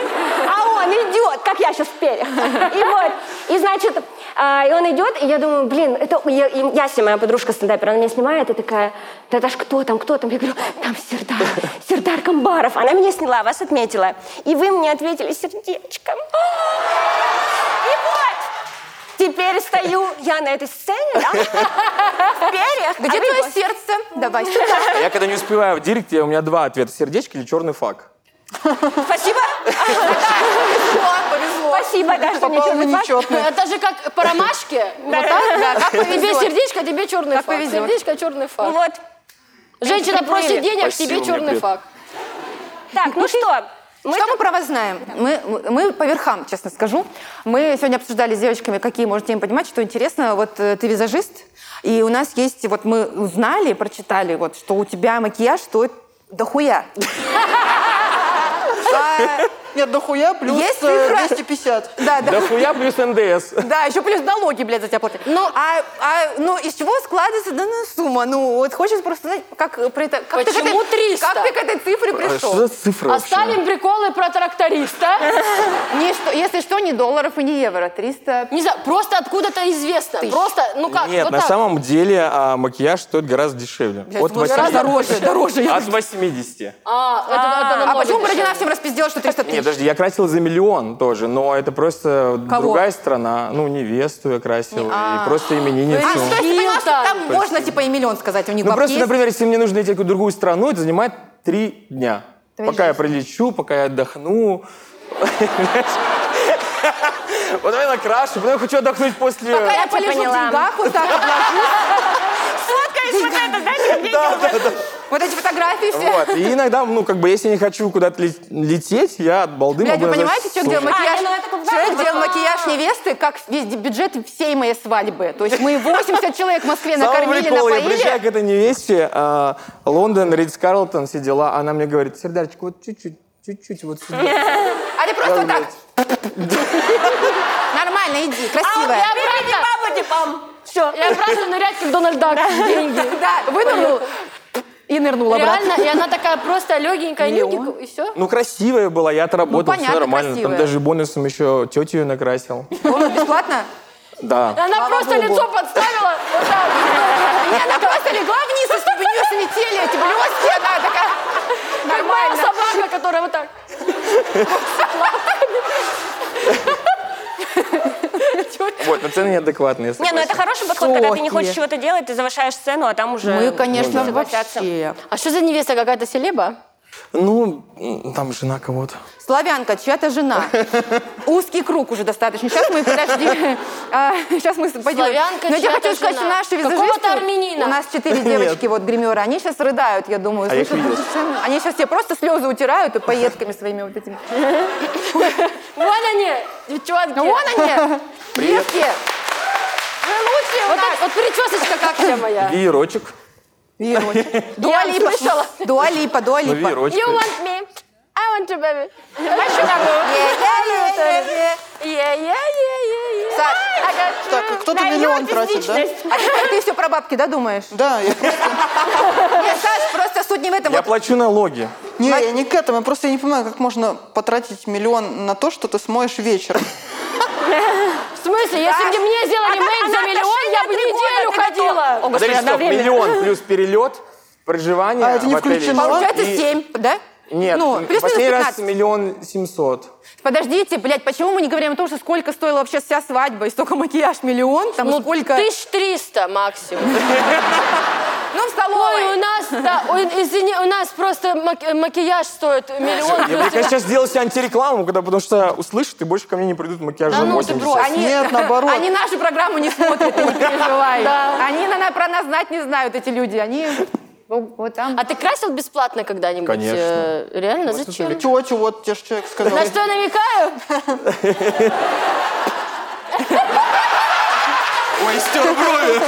D: А он идет, как я сейчас в перьях. И вот, и значит, а, и он идет, и я думаю, блин, это я, и Яся, моя подружка стендапер, она меня снимает, и такая, Наташ, кто там, кто там? Я говорю, там Сердар, Сердар Камбаров. Она меня сняла, вас отметила. И вы мне ответили сердечком. И вот, теперь стою я на этой сцене, да, в перьях. а
B: Где
D: вы
B: твое
D: гости.
B: сердце? Давай сюда.
E: Я когда не успеваю в директе, у меня два ответа. Сердечко или черный флаг?
D: Спасибо.
B: Повезло.
D: Спасибо, да, что мне
C: Попал на
D: черный флаг.
C: нечетный.
A: Э, Это же как по ромашке. Вот
D: Да.
A: так, да. Как Тебе сердечко, тебе черный
B: Как
A: фак.
B: повезет.
A: Сердечко, черный
D: Ну
A: фак.
D: Вот.
A: Женщина просит денег,
E: Спасибо,
A: тебе
E: мне
A: черный
E: привет.
A: фак.
D: Так, ну что, мы
B: Что мы про вас знаем? Мы, мы по верхам, честно скажу. Мы сегодня обсуждали с девочками, какие можно темы понимать, что интересно. Вот э, ты визажист, и у нас есть, вот мы узнали, прочитали, вот, что у тебя макияж стоит дохуя. А,
C: Нет, дохуя плюс
B: Есть
C: э,
B: цифра?
C: 250.
B: Да, да.
E: Да хуя плюс НДС.
B: Да, еще плюс налоги, блядь, за тебя платят. Ну, а, а, ну, из чего складывается данная сумма? Ну, вот хочется просто знать, как, э, про это, как, ты, к
A: Почему
B: этой,
A: 300?
B: как ты к этой цифре пришел?
E: А Что за цифра вообще?
A: Оставим приколы про тракториста.
B: Не что- если что, не долларов и не евро, 300...
A: Не знаю, просто откуда-то известно. Просто, ну как,
E: Нет,
A: вот
E: на
A: так.
E: самом деле а, макияж стоит гораздо дешевле. От
B: вот
E: 80.
B: дороже, дороже. я-
E: От 80.
A: А, это- это
B: А
A: намного
B: почему
A: дешевле.
B: Бородина всем распиздила, что 300
E: Нет,
B: тысяч?
E: подожди, я красил за миллион тоже, но это просто
B: Кого?
E: другая страна. Ну, невесту я красил, и просто именинницу.
B: А, то есть ты поняла, что
A: Хилтон.
B: там можно типа и миллион сказать, у них
E: Ну,
B: бабки
E: просто,
B: есть?
E: например, если мне нужно идти в другую страну, это занимает три дня.
B: Твоя
E: пока я прилечу, пока я отдохну. Потом я накрашу, потом я хочу отдохнуть после...
B: Пока я
D: Я тебя
B: полежу в
D: поняла.
B: деньгах вот так вот ложусь.
D: Соткаюсь вот это, знаете, как я
E: Да, да, да.
B: Вот эти фотографии все.
E: Вот. И иногда, ну, как бы, если я не хочу куда-то лет- лететь, я от балды
B: Блядь,
E: могу...
B: вы
E: назвать
B: понимаете, что делал
E: сумму.
B: макияж?
D: А, ну это как
B: Человек
D: бы-
B: делал макияж невесты, как весь бюджет всей моей свадьбы. То есть мы 80 человек в Москве
E: Самый
B: накормили,
E: прикол, я приезжаю
B: напоили.
E: к этой невесте, а, Лондон, Ридс Карлтон, все дела, она мне говорит, Сердарчик, вот чуть-чуть, чуть-чуть вот сюда.
B: А ты просто вот так. Нормально, иди, красивая.
A: А, Я правда,
D: пам. Все.
A: я правда нырять, как Дональд Дак, в деньги.
B: Да, вынырнул и нырнул обратно.
A: Реально, и она такая просто легенькая,
B: Миллион.
A: нюгик, и все.
E: Ну, красивая была, я отработал,
B: Ну, понятно,
E: все нормально.
B: красивая.
E: Там даже бонусом еще тетю ее накрасил.
B: Он бесплатно?
E: Да.
A: Она просто
B: Богу.
A: лицо подставила. вот так.
B: Нет, она А просто легла вниз, и чтобы не слетели эти блестки, она такая...
A: Как моя
B: Нормально.
A: собака, которая вот так.
D: дают.
E: Вот, но цены неадекватные. я
D: Не, ну это
E: согласен.
D: хороший подход, когда ты
B: Высокие.
D: не хочешь чего-то делать, ты завышаешь цену, а там уже...
B: Мы, конечно,
D: согласятся.
B: вообще.
A: А что за невеста какая-то селеба?
E: Ну, м, там жена кого-то.
B: Славянка, чья-то жена. Узкий круг уже достаточно. Сейчас мы, подожди, а, сейчас мы пойдем.
A: Славянка,
B: Но я
A: чья-то
B: хочу сказать, что
A: жена.
B: наши
A: Какого-то
B: визажисты...
A: армянина.
B: У нас четыре девочки, вот гримеры, они сейчас рыдают, я думаю.
E: А я их
B: слышат
E: видел.
B: эти сцены. Они сейчас все просто слезы утирают и поездками своими вот этими.
A: Вон они, девчонки.
B: Вон они! Девки! Вы
A: А
B: лучшие у
A: Вот,
B: нас!
A: так, вот причесочка как вся моя.
E: Веерочек.
B: Веерочек. Дуа
A: Я
B: Липа.
A: слышала.
B: Дуа Липа, Дуа
E: Ну,
B: Липа.
E: веерочек.
A: You want me? I want you, baby. Знаешь, что такое?
B: Е-е-е-е-е.
A: Yeah-yeah-yeah-yeah-yeah.
B: Саш,
A: I got you.
C: Так, кто-то
A: На
C: миллион
A: йоте
C: тратит, да?
A: личность.
B: А ты, ты все про бабки, да, думаешь?
C: Да, я
B: Нет, Саш, просто суть не в этом.
E: Я
B: Вот
E: плачу налоги.
C: Не, я не к этому. Я просто не понимаю, как можно потратить миллион на то, что ты смоешь вечером.
A: В смысле, если бы мне сделали мейк за миллион, я бы неделю ходила.
D: О, господи,
E: Подожди, стоп,
D: одновременно.
E: миллион плюс перелет, проживание
C: А это не
E: в отеле.
C: включено?
B: Получается
E: И-
B: 7, да?
E: Нет,
B: ну, плюс минус
E: последний
B: 15.
E: раз миллион семьсот.
B: Подождите, блядь, почему мы не говорим о том, что сколько стоила вообще вся свадьба, и столько макияж, миллион, там
A: Ну,
B: сколько...
A: тысяч триста максимум.
B: Ну, в столовой.
A: Ой, у нас, да, ой, извини, у нас просто маки- макияж стоит миллион.
E: Я, мне, конечно, сейчас сделал себе антирекламу, когда, потому что услышат, и больше ко мне не придут макияжом
A: Да ну ты
E: 80.
A: брось.
B: Они,
C: Нет, наоборот.
B: они нашу программу не смотрят, ты не переживай.
A: Да.
B: Они на- на- про нас знать не знают, эти люди. Они ну, вот там.
A: А ты красил бесплатно когда-нибудь?
E: Конечно.
A: Э, Реально? Зачем?
C: Тетю, вот тебе ж человек сказал.
A: На что я намекаю?
E: Ой, стер брови.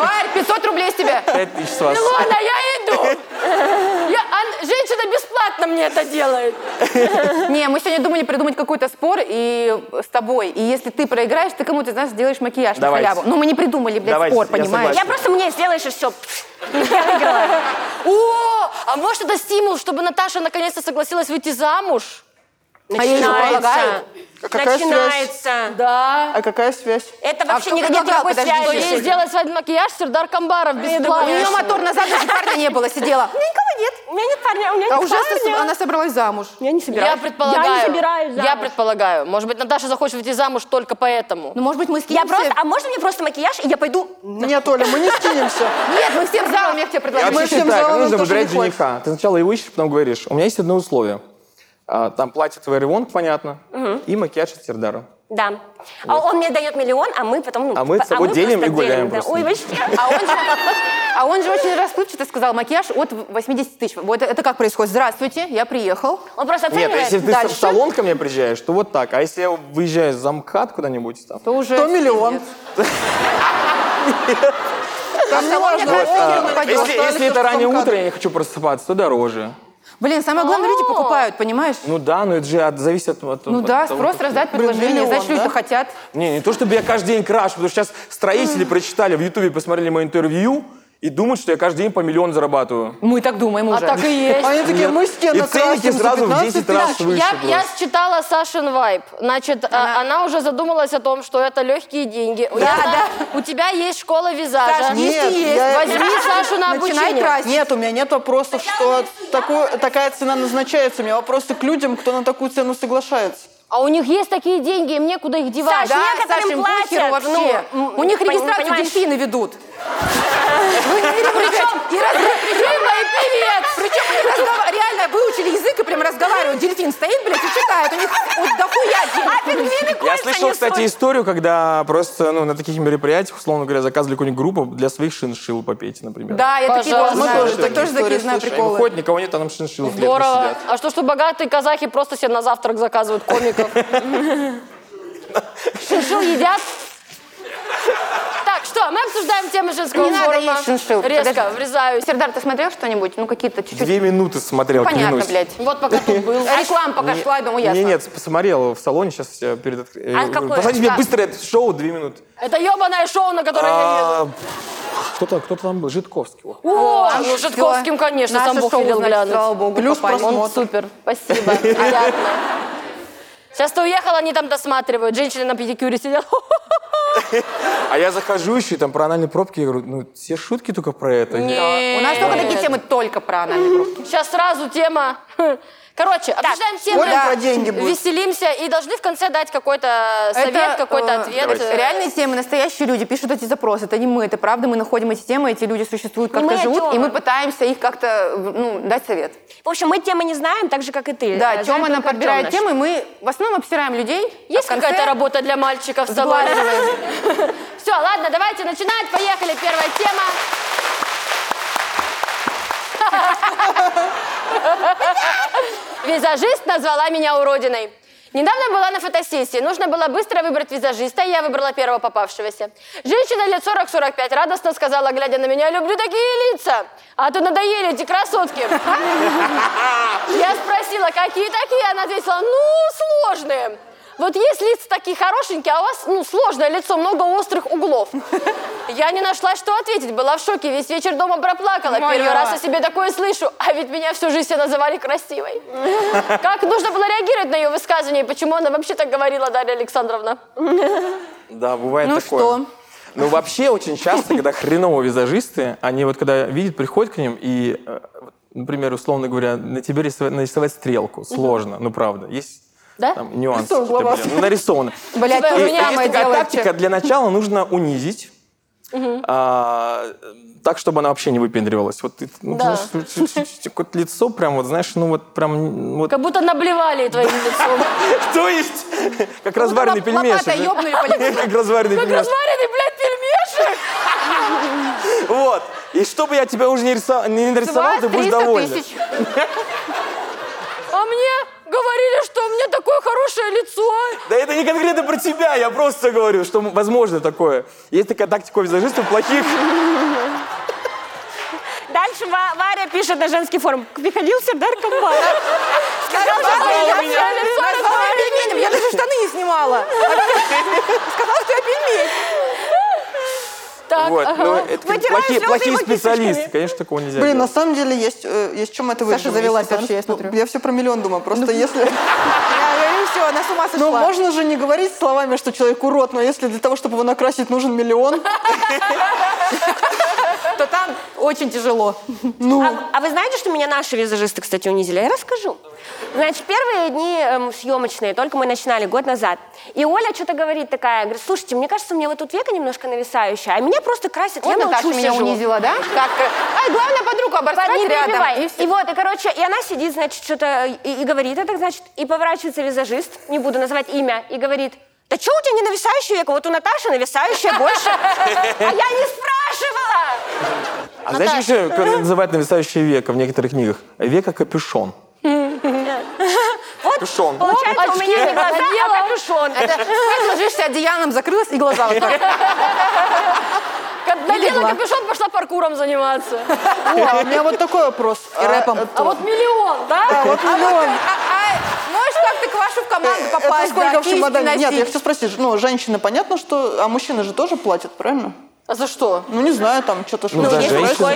B: Варь, 500 рублей с тебя.
E: Пять тысяч с вас.
A: Ну ладно, я иду. Я- а, женщина бесплатно мне это делает.
B: Не, мы сегодня думали придумать какой-то спор и э, с тобой. И если ты проиграешь, ты кому-то из нас сделаешь макияж
E: Давайте.
B: на халяву. Но мы не придумали, блядь,
E: Давайте,
B: спор,
E: я
B: понимаешь?
E: согласен.
D: Я просто мне сделаешь и все.
A: О, а может это стимул, чтобы Наташа наконец-то согласилась выйти замуж?
B: А я еще
D: Начинается.
B: предлагаю.
C: А Какая связь?
D: Начинается.
A: Да.
C: А какая связь?
D: Это вообще
B: кто
D: никаких
B: предлагал?
D: другой
B: Подожди,
A: Что
D: связи.
A: ей
B: Слушай.
A: сделать свадебный макияж Сердар Камбаров
B: У нее
A: бесплатно?
B: мотор назад даже парня не было, сидела.
D: У меня никого нет. У меня нет парня, у меня
B: А
D: нет
B: уже
D: парня.
B: сос- она собралась замуж.
D: Я не собираюсь.
A: Я предполагаю.
D: Я не собираюсь замуж.
A: Я предполагаю. Может быть, Наташа захочет выйти замуж только поэтому.
B: Ну, может быть, мы скинемся?
D: Я просто, а можно мне просто макияж, и я пойду...
C: Нет, Оля, мы не скинемся.
B: Нет, мы всем залом, я к тебе
E: Я
B: предлагаю.
E: вообще
C: Мы всем
E: считаю,
C: залом
E: как нужно
C: тоже
E: выбирать
C: не хватит.
E: жениха. Ты сначала его ищешь, потом говоришь, у меня есть одно условие. А, Там платье твой ремонт, понятно, и макияж от Сердара.
D: Да. А он мне дает миллион, а мы потом... ну,
E: А мы с
D: типа,
E: собой делим
D: просто
E: и гуляем
D: да.
E: просто.
D: Ой, вообще.
B: А он, же, а он же очень расплывчато сказал, макияж от 80 тысяч. Вот это как происходит? Здравствуйте, я приехал.
D: Он просто
E: Нет,
D: оценивает.
E: а если ты в
B: Дальше.
E: салон ко мне приезжаешь, то вот так. А если я выезжаю за МКАД куда-нибудь там,
B: То уже...
C: То миллион. Там не важно,
B: кажется,
C: вот,
B: я
C: а,
B: попаду.
E: Если,
C: остались
E: если это
C: только
E: раннее
C: самокаты.
E: утро, я не хочу просыпаться, то дороже.
B: Блин, самое главное, люди
A: О.
B: покупают, понимаешь?
E: Ну да, но это же от, зависит от, от-
B: Ну
E: от
B: да,
E: того,
B: спрос
E: как-
B: раздать
C: Блин,
B: предложение.
C: миллион,
B: Знаешь, люди
C: да?
B: хотят.
E: Не, не то, чтобы я каждый день крашу, потому что сейчас строители прочитали в Ютубе, посмотрели мое интервью и думают, что я каждый день по миллион зарабатываю.
B: Мы так думаем
A: А
B: уже.
A: так и есть.
C: Они такие, мы
E: И
C: стены
E: ценники
C: красим за
E: сразу в
C: 15
E: 10 раз
C: тысяч.
E: выше.
A: Я,
E: просто.
A: я считала Сашин вайб. Значит, а, она... уже задумалась о том, что это легкие деньги. У, тебя- у тебя есть школа визажа.
B: Саш,
C: Нет,
B: если
C: я-
B: есть,
A: Возьми Сашу на
B: Начинай
A: обучение.
B: красить.
C: Нет, у меня нет вопросов, что такое- такая цена назначается. У меня вопросы к людям, кто на такую цену соглашается.
A: А у них есть такие деньги, и мне куда их девать?
D: Саш,
B: Да,
D: некоторым
B: Саш, им
D: платят,
B: похеру вообще.
D: ну, м,
B: У них
D: пон-
B: регистрацию
D: понимаешь?
B: дельфины ведут. Ну, и причем, и раз-
A: Ты мой певец!
B: Причем они разгова- реально выучили язык и прям разговаривают. Дельфин стоит, блядь, и читает. У них вот дохуя денег.
E: Я слышал, кстати, историю, когда просто ну, на таких мероприятиях, условно говоря, заказывали какую-нибудь группу для своих шиншилл попеть, например.
B: Да, я такие тоже
A: Пожалуйста.
B: знаю.
C: Мы тоже такие
B: тоже такие
C: истории
B: знаю
C: слышали.
B: приколы.
E: Выходит, никого нет, а там шиншилл
A: Здорово. А что, что богатые казахи просто себе на завтрак заказывают комиков? Шиншил едят? Так, что, мы обсуждаем тему женского
B: Не надо
A: форума.
B: есть шиншилл.
A: Резко
B: Подожди.
A: врезаюсь.
B: Сердар, ты смотрел что-нибудь? Ну, какие-то чуть-чуть...
E: Две минуты смотрел,
B: Понятно,
E: клянусь.
B: блядь.
A: Вот пока тут был.
B: Реклама пока шла, я думаю, ясно.
E: Не, нет, посмотрел в салоне сейчас э, перед... отк- э,
D: А какое?
E: Посмотрите мне
D: Да.
E: быстро это шоу, две минуты.
A: Это ебаное шоу, на которое я еду.
E: А, Кто-то кто там был, Житковский. вот.
A: О, ну,
B: Всё.
A: Житковским, конечно,
B: а Наше
A: сам Бог
B: шоу,
A: велел
B: значит,
A: глянуть.
B: Слава богу,
C: Плюс
B: попали.
C: просмотр.
A: Он супер, спасибо, приятно. Сейчас ты уехала, они там досматривают. Женщины на педикюре сидят.
E: А я захожу еще, и там про анальные пробки, я говорю, ну, все шутки только про это.
B: У нас только такие темы только про анальный пробки.
A: Сейчас сразу тема. Короче, обсуждаем тему.
C: Спорим про деньги будет.
A: Веселимся и должны в конце дать какой-то совет,
B: Это,
A: какой-то
B: э,
A: ответ.
B: давайте.
A: Э,
B: Реальные темы, настоящие люди пишут эти запросы. Это не мы, это правда, мы находим эти темы, эти люди существуют, как-то
D: Мы о
B: живут, и
D: тёмах.
B: мы пытаемся их как-то ну, дать совет.
D: В общем, мы темы не знаем, так же, как и ты.
B: Да,
D: Э,
B: Тёма
D: знаем
B: нам
D: только
B: подбирает
D: Артём
B: темы, мы в основном обсираем людей.
A: Есть
B: а в конце
A: какая-то работа для мальчиков в салоне?
B: сглаживаем.
A: Все, ладно, давайте начинать. Поехали. Первая тема. Визажист назвала меня уродиной. Недавно была на фотосессии. Нужно было быстро выбрать визажиста, и я выбрала первого попавшегося. Женщина лет 40-45 радостно сказала, глядя на меня, «Люблю такие лица! А то надоели эти красотки!» Я спросила, какие такие? Она ответила, ну, сложные. Вот есть лица такие хорошенькие, а у вас, ну, сложное лицо, много острых углов. Я не нашла, что ответить, была в шоке, весь вечер дома проплакала.
B: Моя.
A: Первый раз о себе такое слышу, а ведь меня всю жизнь все называли красивой. Как нужно было реагировать на ее высказывание, и почему она вообще так говорила, Дарья Александровна?
E: Да, бывает
B: Ну
E: такое.
B: что?
E: Ну, вообще, очень часто, когда хреновые визажисты, они вот когда видят, приходят к ним и, э, вот, например, условно говоря, на тебе рисовать- нарисовать стрелку сложно, ну, правда, есть
A: Да?
E: там нюансы.
C: Рисунок
E: какие-то,
C: ломался.
E: блин, ну, нарисовано.
B: Блядь,
A: Типа,
B: у
E: И
A: у меня
B: меня
E: есть
B: моя
E: такая
B: девочка.
E: тактика, для начала нужно унизить, а, так, чтобы она вообще не выпендривалась. Вот ты, ну,
A: Да.
E: знаешь, какое-то лицо прям, вот знаешь, ну вот прям... Вот,
A: Как будто наблевали твоим лицом.
E: то есть, как разваренный
B: лоп-
E: пельмеш.
B: лопатой
E: уже.
B: ёбнули по
E: Как разваренный
A: Как
E: пельмеш.
A: разваренный, блядь, пельмешек!
E: Вот. И чтобы я тебя уже не рисовал, не нарисовал, ты будешь
B: 300
E: довольна.
B: тысяч.
A: А мне говорили, что у меня такое хорошее лицо.
E: Да это не конкретно про тебя, я просто говорю, что возможно такое. Есть такая тактика у визажистов плохих.
D: Наш. Дальше Ва- Варя пишет на женский форум. Приходил Сердар Камбал.
B: Сказала, что я назвала пельменем, я даже штаны не снимала. Сказала, что я пельмень.
A: Так,
E: вот.
A: ага.
E: Ну, это
B: Вытираешь
E: плохие,
B: слезы
E: плохие
B: его
E: специалисты, конечно, такого нельзя
C: Блин, на
E: делать.
C: самом деле есть, э, есть чем это
B: Саша
C: вырежем,
B: завелась
C: если там-
B: вообще, я
C: ну,
B: смотрю. Ну,
C: Я все про миллион думаю, просто если...
B: Я говорю, все, она с ума сошла.
C: Ну, можно же не говорить словами, что человек урод, но если для того, чтобы его накрасить, нужен миллион,
B: то там очень тяжело.
C: ну...
D: А, а вы знаете, что меня наши визажисты, кстати, унизили? Я расскажу. Значит, первые дни эм, съемочные, только мы начинали год назад. И Оля что-то говорит такая, говорит, слушайте, мне кажется, мне вот тут века немножко нависающая, а меня просто красят,
B: Вот
D: я
B: Наташа
D: молчу,
B: меня
D: сижу».
B: унизила, да? Как? Ай, главное подругу
D: Парни,
B: обосрать
D: не перебивай.
B: рядом.
D: И, вот, и, короче, и она сидит, значит, что-то и, и говорит это, значит, и поворачивается визажист, не буду называть имя, и говорит, да что у тебя не нависающее веко? Вот у Наташи нависающее больше. А я не спрашивала!
E: А знаешь, еще как называют нависающее веко в некоторых книгах? Веко капюшон. Капюшон.
D: Получается, А у
A: очки
D: меня не глаза,
A: надела.
D: а капюшон.
B: Это спать ложишься одеялом, закрылась и глаза вот так.
A: Как надела
B: легла.
A: капюшон, пошла паркуром заниматься.
C: О, у меня вот такой вопрос.
B: И рэпом.
A: А вот миллион, да?
C: А, вот миллион.
B: А, а, можешь как-то к вашу команду
C: Это
B: А попасть?
C: сколько
B: да,
C: в
B: кисти
C: чемодане? Нет,
B: носить?
C: я хочу спросить, ну, женщины, понятно, что... А мужчины же тоже платят, правильно?
A: А за что?
C: Ну, не знаю, там что-то... Ну,
E: Ну, за женщин.
C: Само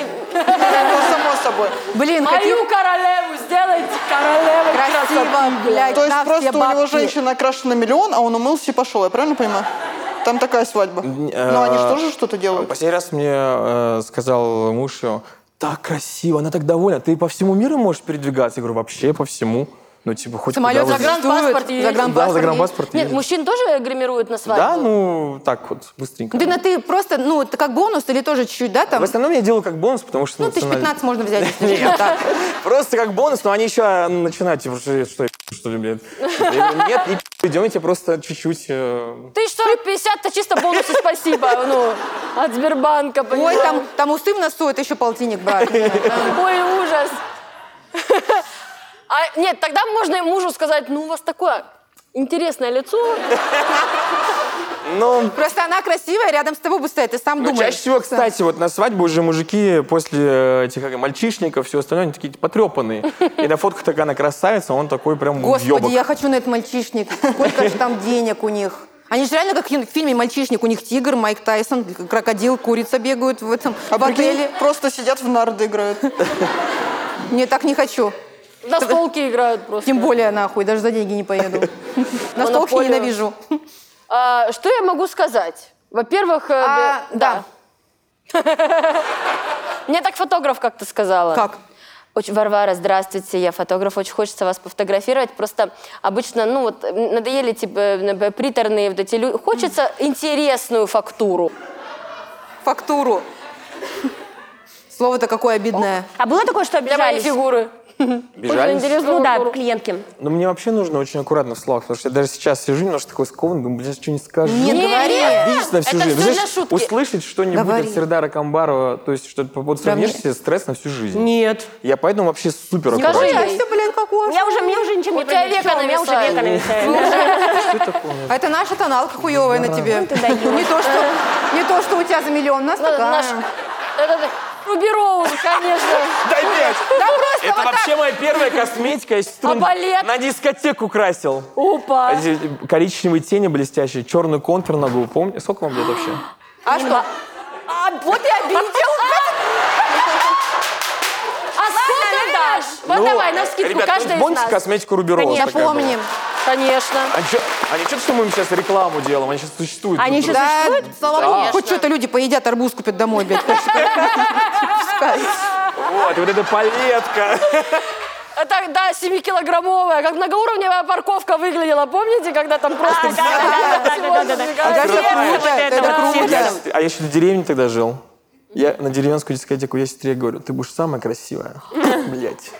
C: собой.
B: Блин, какие
A: Мою королеву сделайте королевой
B: красиво,
A: красоты.
B: блядь,
C: То есть
B: на все
C: просто у него
B: бабки.
C: женщина накрашена миллион, а он умылся и пошел, я правильно понимаю? Там такая свадьба.
E: а,
C: Но они же тоже что-то
E: В
C: делают.
E: последний раз мне э, сказал муж ее, так красиво, она так довольна, ты по всему миру можешь передвигаться. Я говорю, вообще по всему. Ну, типа, хоть
B: Самолет
E: куда
A: загран-
E: уже.
A: Загранпаспорт
B: существует.
A: есть.
E: Да,
B: Загранпаспорт есть.
E: загранпаспорт
A: Нет,
E: есть.
A: мужчин тоже гримируют на свадьбу?
E: Да, ну, так вот, быстренько.
B: Ты, на ты просто, ну, это как бонус или тоже чуть-чуть, да, там?
E: В основном я делаю как бонус, потому что...
B: Ну, тысяч
E: националь-
B: 15 можно взять, если что, так.
E: Просто как бонус, но они еще начинают, типа, что, я- что я пи***, что ли, блядь? Я говорю, нет, не пи***, идемте просто чуть-чуть... э,
A: Тысяч сорок, пятьдесят, то чисто бонусы спасибо, ну, от Сбербанка,
B: Ой,
A: понимаешь?
B: там, там усы в носу, это еще полтинник брать.
A: Ой, ужас. А, нет, тогда можно и мужу сказать, ну, у вас такое интересное лицо.
E: Ну,
B: Просто она красивая, рядом с тобой будет стоять, ты сам
E: ну,
B: думаешь.
E: чаще всего, кстати, вот на свадьбу уже мужики после э, этих как, мальчишников, все остальное, они такие потрепанные. И на фотках такая она красавица, он такой прям
B: Господи,
E: ёбок.
B: я хочу на этот мальчишник. Сколько же там денег у них? Они же реально как в фильме «Мальчишник». У них тигр, Майк Тайсон, крокодил, курица бегают в этом
C: А
B: в
C: прикинь,
B: отеле.
C: просто сидят в нарды играют. А
B: Не, так не хочу.
A: На столке играют просто.
B: Тем более нахуй, даже за деньги не поеду. На столке
A: Монополию.
B: ненавижу.
A: А, что я могу сказать? Во-первых, э,
B: А,
A: бе- да. Мне так фотограф как-то сказала.
B: Как?
A: Очень, Варвара, здравствуйте, я фотограф, очень хочется вас пофотографировать. Просто обычно, ну вот, м, надоели типа м, приторные вот эти люди. Хочется интересную фактуру.
B: Фактуру. Слово-то какое обидное.
D: А было такое, что
A: Для моей
D: обижались?
A: фигуры.
E: Бежали.
D: Ну да, клиентки.
E: Но мне вообще нужно очень аккуратно в словах, потому что я даже сейчас сижу немножко такой скован, думаю, блин, что не скажу.
B: Нет,
A: Не,
B: говори.
A: не.
E: Обидишься на всю
A: Это
E: жизнь.
A: всё для
E: Знаешь,
A: шутки.
E: услышать что-нибудь
B: Говори.
E: от Сердара Камбарова, то есть что-то по поводу своей
B: Прям не-
E: внешности, стресс на всю жизнь.
D: Нет.
E: Я поэтому вообще супер
A: Скажи,
E: аккуратно.
B: Ой, а
A: ей.
B: всё, блин, как у вас.
D: Мне уже, мне уже ничем не
A: У тебя
D: произойдет.
A: века
D: Всё, У меня уже
A: нависает.
D: века нависает.
E: Что такое?
B: А Это наша тоналка хуевая на тебе. Не то, что, не то, что у тебя за миллион, у нас
A: Надо
B: такая.
A: Ну,
B: А
A: наш... этот Рубероун, ну, конечно.
E: Да нет!
B: Да просто вот
E: Это
B: так.
E: вообще моя первая косметика. Я сестру
A: А балет?
E: на дискотеку красил.
A: Опа.
E: Эти Коричневые тени блестящие, черный контур на губу. Помни, сколько вам лет вообще?
B: А что?
D: А вот и обидел.
A: А сколько дашь? Вот
E: Ну,
A: А давай, на скидку,
E: ребят, ну,
A: каждый из
E: помните
A: нас.
E: косметику Руберова?
B: Я
E: такая была?
B: помним.
A: Конечно.
E: А ничего, а ничего, что мы им сейчас рекламу делаем? Они сейчас существуют.
D: Они
E: тут.
D: щас-
B: Да, слава богу,
A: Конечно.
B: хоть что-то люди поедят, арбуз купят домой, блядь.
E: Вот, и вот эта палетка.
A: Это, да, 7-килограммовая, как многоуровневая парковка выглядела, помните, когда там просто...
D: А, Да, да, да, да, да, да, да.
B: Да, это
D: Сердце
B: круто,
D: вот это
B: это
D: вот,
A: Ну,
B: круто.
D: сердце.
E: А я еще в деревне тогда жил. Я на деревенскую дискотеку я сестре говорю, ты будешь самая красивая. Блять.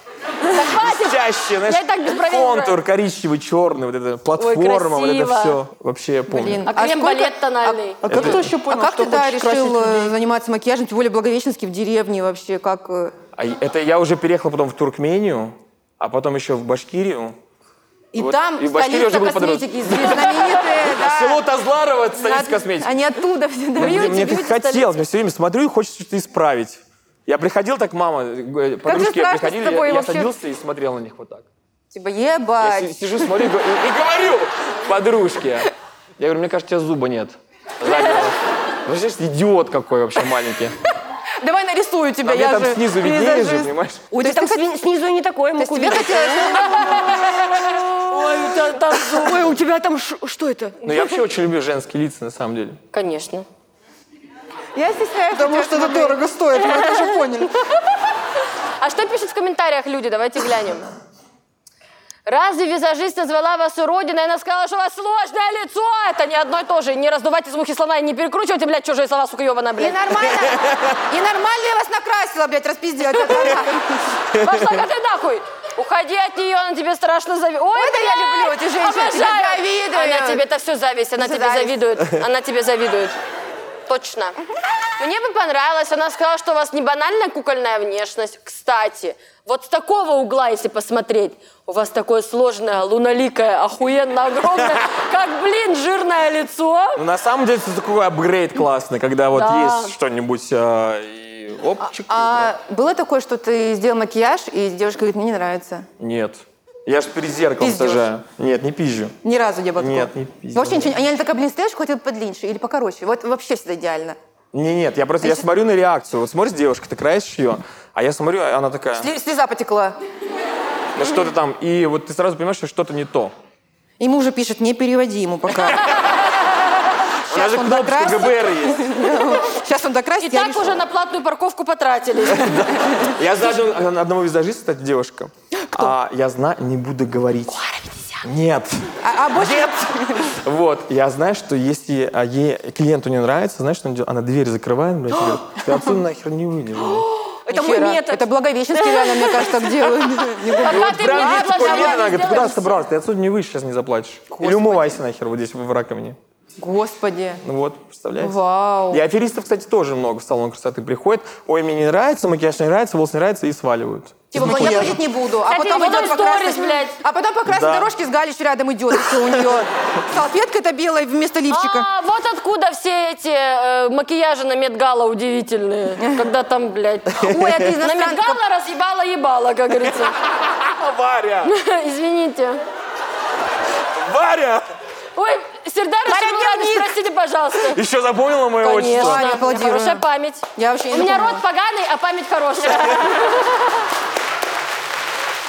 E: Блестящая,
A: Я и так без
E: знаешь,
A: бровей
E: контур коричневый, черный, вот эта платформа, вот это
A: красиво.
E: все. Вообще я помню.
B: Блин.
A: А
B: А
A: крем-балет
B: сколько-
A: тональный.
C: А как ты вообще
B: А
C: понял,
B: как
C: что
B: ты, да,
C: хочешь красить
B: решил э,
C: людей?
B: заниматься макияжем, тем более Благовещенский в деревне вообще, как... э,
E: А это я уже переехал потом в Туркмению, а потом еще в Башкирию.
B: И
E: Вот,
B: там
E: и в Башкирии
B: столица
E: уже был подороже.
B: косметики, здесь знаменитые,
E: Село
B: да.
E: Тазларово, это столица
B: От-
E: косметики.
B: Они оттуда все, да.
E: Мне, мне
A: бьюти
E: так хотелось, я все время смотрю и хочется что-то исправить. Я приходил так, мама, э, подружки
B: страшно с
E: приходили,
B: тобой
E: я, я
B: вообще.
E: садился и смотрел на них вот так.
B: Типа,
E: Я
B: ебать.
E: си- сижу, смотрю и, го- и- и говорю подружке. Я говорю, мне кажется, у тебя зуба нет. Заднего. Ну, знаешь, идиот какой вообще маленький.
B: Давай нарисую тебя,
E: А мне
B: я
E: там
B: же
E: снизу виднее же,
B: пейзажист.
E: понимаешь?
B: Ой,
D: Ты
B: ты
D: там
B: там
D: сви- снизу не такое мог
B: тебе
D: увидеть.
B: хотелось...
A: Ой, у тебя там зуб.
D: Ой, у тебя там ш- что это?
E: Но Ну, я вообще очень люблю женские лица, на самом деле.
A: Конечно.
B: Я стесняюсь.
C: Потому что это дорого стоит, мы это уже поняли.
A: А что пишут в комментариях люди? Давайте глянем. Разве визажист назвала вас уродиной? Она сказала, что у вас сложное лицо. Это не одно и то же. Не раздувайте звуки слона и не перекручивайте, блядь, чужие слова, сука, ебана,
B: И
A: блядь.
B: нормально, и нормально я вас накрасила, блядь, распиздила.
A: Пошла-ка ты нахуй. Уходи от нее, она тебе страшно завидует. Ой,
B: это я
A: блядь,
B: люблю эти женщины, тебе
A: обожаю.
B: завидуют.
A: Она тебе это все зависть, она тебе
B: Зависть.
A: завидует. Она тебе завидует. Точно. Мне бы понравилось, она сказала, что у вас не банальная кукольная внешность. Кстати, вот с такого угла, если посмотреть, у вас такое сложное, луналикое, охуенно огромное, как, блин, жирное лицо.
E: Ну, на самом деле, это такой апгрейд классный, когда вот
A: Да.
E: есть что-нибудь, а, и опчик. и
B: А было такое, что ты сделал макияж, и девушка говорит, мне не нравится?
E: да. Нет. Я же перед зеркалом
B: Пиздёшь.
E: сажаю. Нет, не пизжу.
B: Ни разу не было такого.
E: Нет, не пиздец.
B: Вообще ничего не... Я такая, блин, стоишь, хоть подлиннее или покороче. Вот вообще всегда идеально.
E: Не, нет, я просто я смотрю на реакцию. Вот смотришь, девушка, ты краешь ее, а я смотрю, а она такая,
B: Сли- Слеза потекла.
E: ну что ты там, и вот ты сразу понимаешь, что что-то не то.
B: И мужу пишет, не переводи ему пока.
E: У нас же
B: он
E: кнопочка
B: докрасит.
E: ГБР есть.
B: Сейчас он докрасит,
A: И
B: я
A: так
B: решу.
A: уже на платную парковку потратили.
E: Я знаю одну- одного визажиста, кстати, девушка. А я знаю, не буду говорить. Нет.
B: А, а больше...
E: Нет. Вот, я знаю, что если а, ей клиенту не нравится, знаешь, что она делает? Она дверь закрывает, блядь, и говорит, ты отсюда нахер не выйдешь. блядь».
D: Это мой
B: Нихера.
D: метод.
B: Это Благовещенский реально, мне кажется, так делают. Не буду.
A: Пока А ты
E: Прям
A: мне
E: есть такой метод, она
A: предложила,
E: говорит, ты куда
A: сделаешь.
E: собрался? Ты отсюда не выйдешь, сейчас не заплачешь. Или умывайся нахер вот здесь, в раковине.
B: Господи.
E: Ну вот, представляете?
B: Вау.
E: И аферистов, кстати, тоже много в салон красоты приходит. Ой, мне не нравится, макияж не нравится, волосы не нравятся и сваливают.
B: Типа,
C: Из
B: я
C: макияжа.
B: ходить не буду. А
A: Кстати,
B: потом
A: потом
B: идет по
A: сторис,
B: красной...
A: блядь.
B: А потом по красной
E: Да.
B: дорожке с Галич рядом идет. и всё у нее салфетка-то белая вместо лифчика.
A: А, вот откуда все эти э, макияжи на Медгала удивительные. Когда там, блядь...
B: Ой, а ты
A: На
B: иностранка.
A: Медгала разъебала ебала, как говорится.
E: Варя!
A: Извините.
E: Варя!
A: Ой, Сердар Шевелович, простите, пожалуйста.
E: Еще запомнила мое
A: Конечно.
E: отчество?
A: У
B: Варя,
A: меня
B: аплодирую.
A: Хорошая память.
B: Я вообще
A: У
B: не
A: меня
B: запомнила.
A: рот поганый, а память хорошая.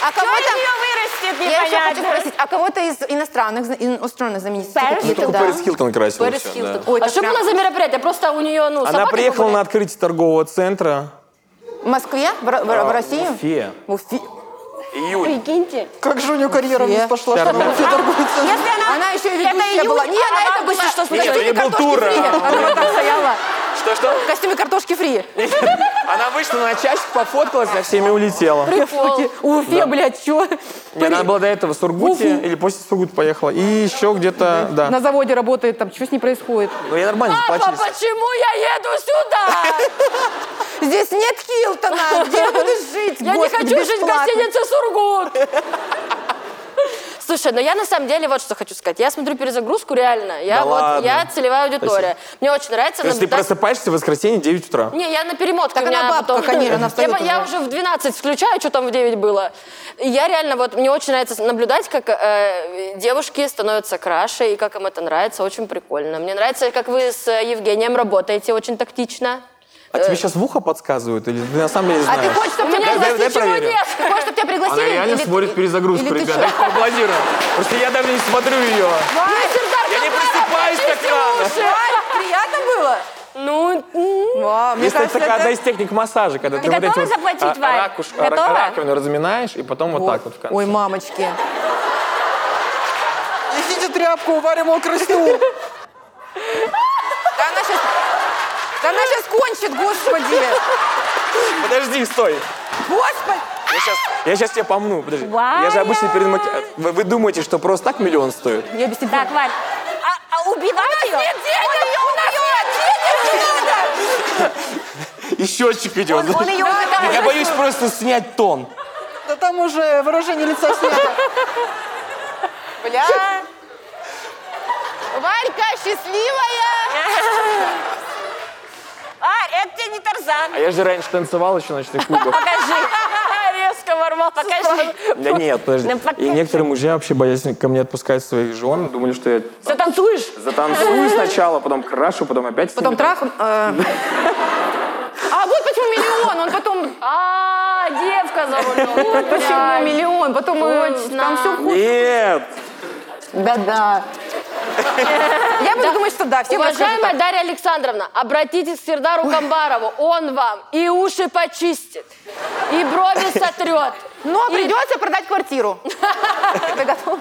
B: А кого
D: Из
B: там...
D: нее вырастет,
B: Я еще хочу
D: непонятно.
B: спросить, а кого-то из иностранных, зна- ин- иностранных знаменитостей
D: Пэрис?
E: Ну,
B: какие-то,
E: только
B: да?
E: Пэрис Хилтон красил.
A: Пэрис
E: всё, да.
A: Хилтон.
B: Ой,
A: А
B: это
A: что
B: прям-
A: было за мероприятие? Просто у нее, ну,
E: Она
A: собака
E: приехала
A: погуляет.
E: на открытие торгового центра.
B: В Москве? В, Ро- в Ро- в России?
E: В Уфе.
B: В Уфе.
E: Июнь.
D: Прикиньте.
C: Как же у нее карьера вниз
B: Все.
C: пошла, что она все торгуется.
D: Если она...
B: Она еще и ведущая
D: июнь,
B: была. Не,
D: а
B: она это
D: август
B: была.
D: что
B: в
D: случилось?
B: костюме
E: Это не был
B: картошки
E: тур.
B: фри. Она вот так стояла.
E: Что-что?
B: В костюме картошки фри.
E: Она вышла на часик, пофоткалась, за всеми улетела.
B: Прикол. Уфе, блядь, чё?
E: Не, она была до этого в Сургуте
B: Уфу.
E: или после Сургута поехала. И еще где-то, да.
B: На заводе работает, там, что с ней происходит?
E: Ну, я нормально
A: Папа,
E: заплатили.
A: почему я еду сюда?
B: Здесь нет Хилтона, где я буду жить?
A: Я не
B: Господи,
A: хочу жить в
B: бесплатно.
A: гостинице «Сургут». Слушай, но я на самом деле вот что хочу сказать. Я смотрю перезагрузку реально. Я
E: Да
A: вот,
E: ладно.
A: я целевая аудитория. Мне очень нравится
E: То есть ты
A: наблюдать-
E: просыпаешься в воскресенье в 9 утра.
A: Не, я на перемотке.
B: Так
A: у меня
B: она бабка,
A: потом...
B: конечно, она встаёт
A: я, по- я
B: уже.
A: уже в 12 включаю, что там в 9 было. И Я реально, вот, мне очень нравится наблюдать, как э, девушки становятся краше, и как им это нравится, очень прикольно. Мне нравится, как вы с э, Евгением работаете очень тактично.
E: А тебе сейчас в ухо подсказывают? Или ты на самом деле
B: Э, А ты
E: знаешь?
B: хочешь,
A: У
B: чтобы тебя
A: меня
E: дай-
A: здесь
E: дай
A: ничего
E: проверю.
A: нет.
B: Ты хочешь, чтобы тебя пригласили?
E: Она реально
B: Или-
E: смотрит перезагрузку,
B: или ты
E: ребята. Я поаплодирую. Просто я даже не смотрю ее. Я не просыпаюсь так рано.
B: Вань, приятно было?
A: Ну,
B: Вау, мне
E: Если это
B: кажется,
E: такая
B: это-
E: одна из типа, техник массажа, когда ты, вот эти
D: готова
E: вот,
D: заплатить,
E: а,
D: Варь?
E: ракуш- а, рак-
D: Готова?
E: раковину разминаешь, и потом вот так вот в конце.
B: Ой, мамочки.
C: Несите тряпку, варим мокрый стул.
B: Да она сейчас... Да она сейчас кончит, господи.
E: Подожди, стой.
B: Господи.
E: Я сейчас, тебя помну, подожди.
D: Варя!
E: Я же обычно перед маки- Вы, вы думаете, что просто так миллион стоит?
B: Я без тебя.
D: Так, Варь, а, а убивать ее?
E: И счетчик идет.
D: Он ее убивает.
E: я боюсь просто снять тон.
C: Да там уже выражение лица снято.
B: Бля. Варька счастливая.
D: Варь, это тебе не Тарзан.
E: А я же раньше танцевал еще в ночных клубах.
D: Покажи.
A: резко ворвал.
D: Покажи.
E: Да нет, подожди.
D: Да покажи.
E: И некоторые мужья вообще боялись ко мне отпускать своих жен. Думали, что я
D: Затанцуешь?
E: затанцую сначала, потом крашу, потом опять... с
B: Потом
E: ними.
B: трах... э, А вот почему миллион, он потом...
A: А, девка завалила.
B: Почему миллион? Потом э,
A: Точно.
B: там все
E: Нет!
B: Да-да. Я буду думать, что да, все расскажут
A: Уважаемая
B: так.
A: Дарья Александровна, обратитесь к Сердару Камбарову. Он вам и уши почистит, и брови сотрет.
B: Но
A: И
B: придется продать квартиру. Ты готов?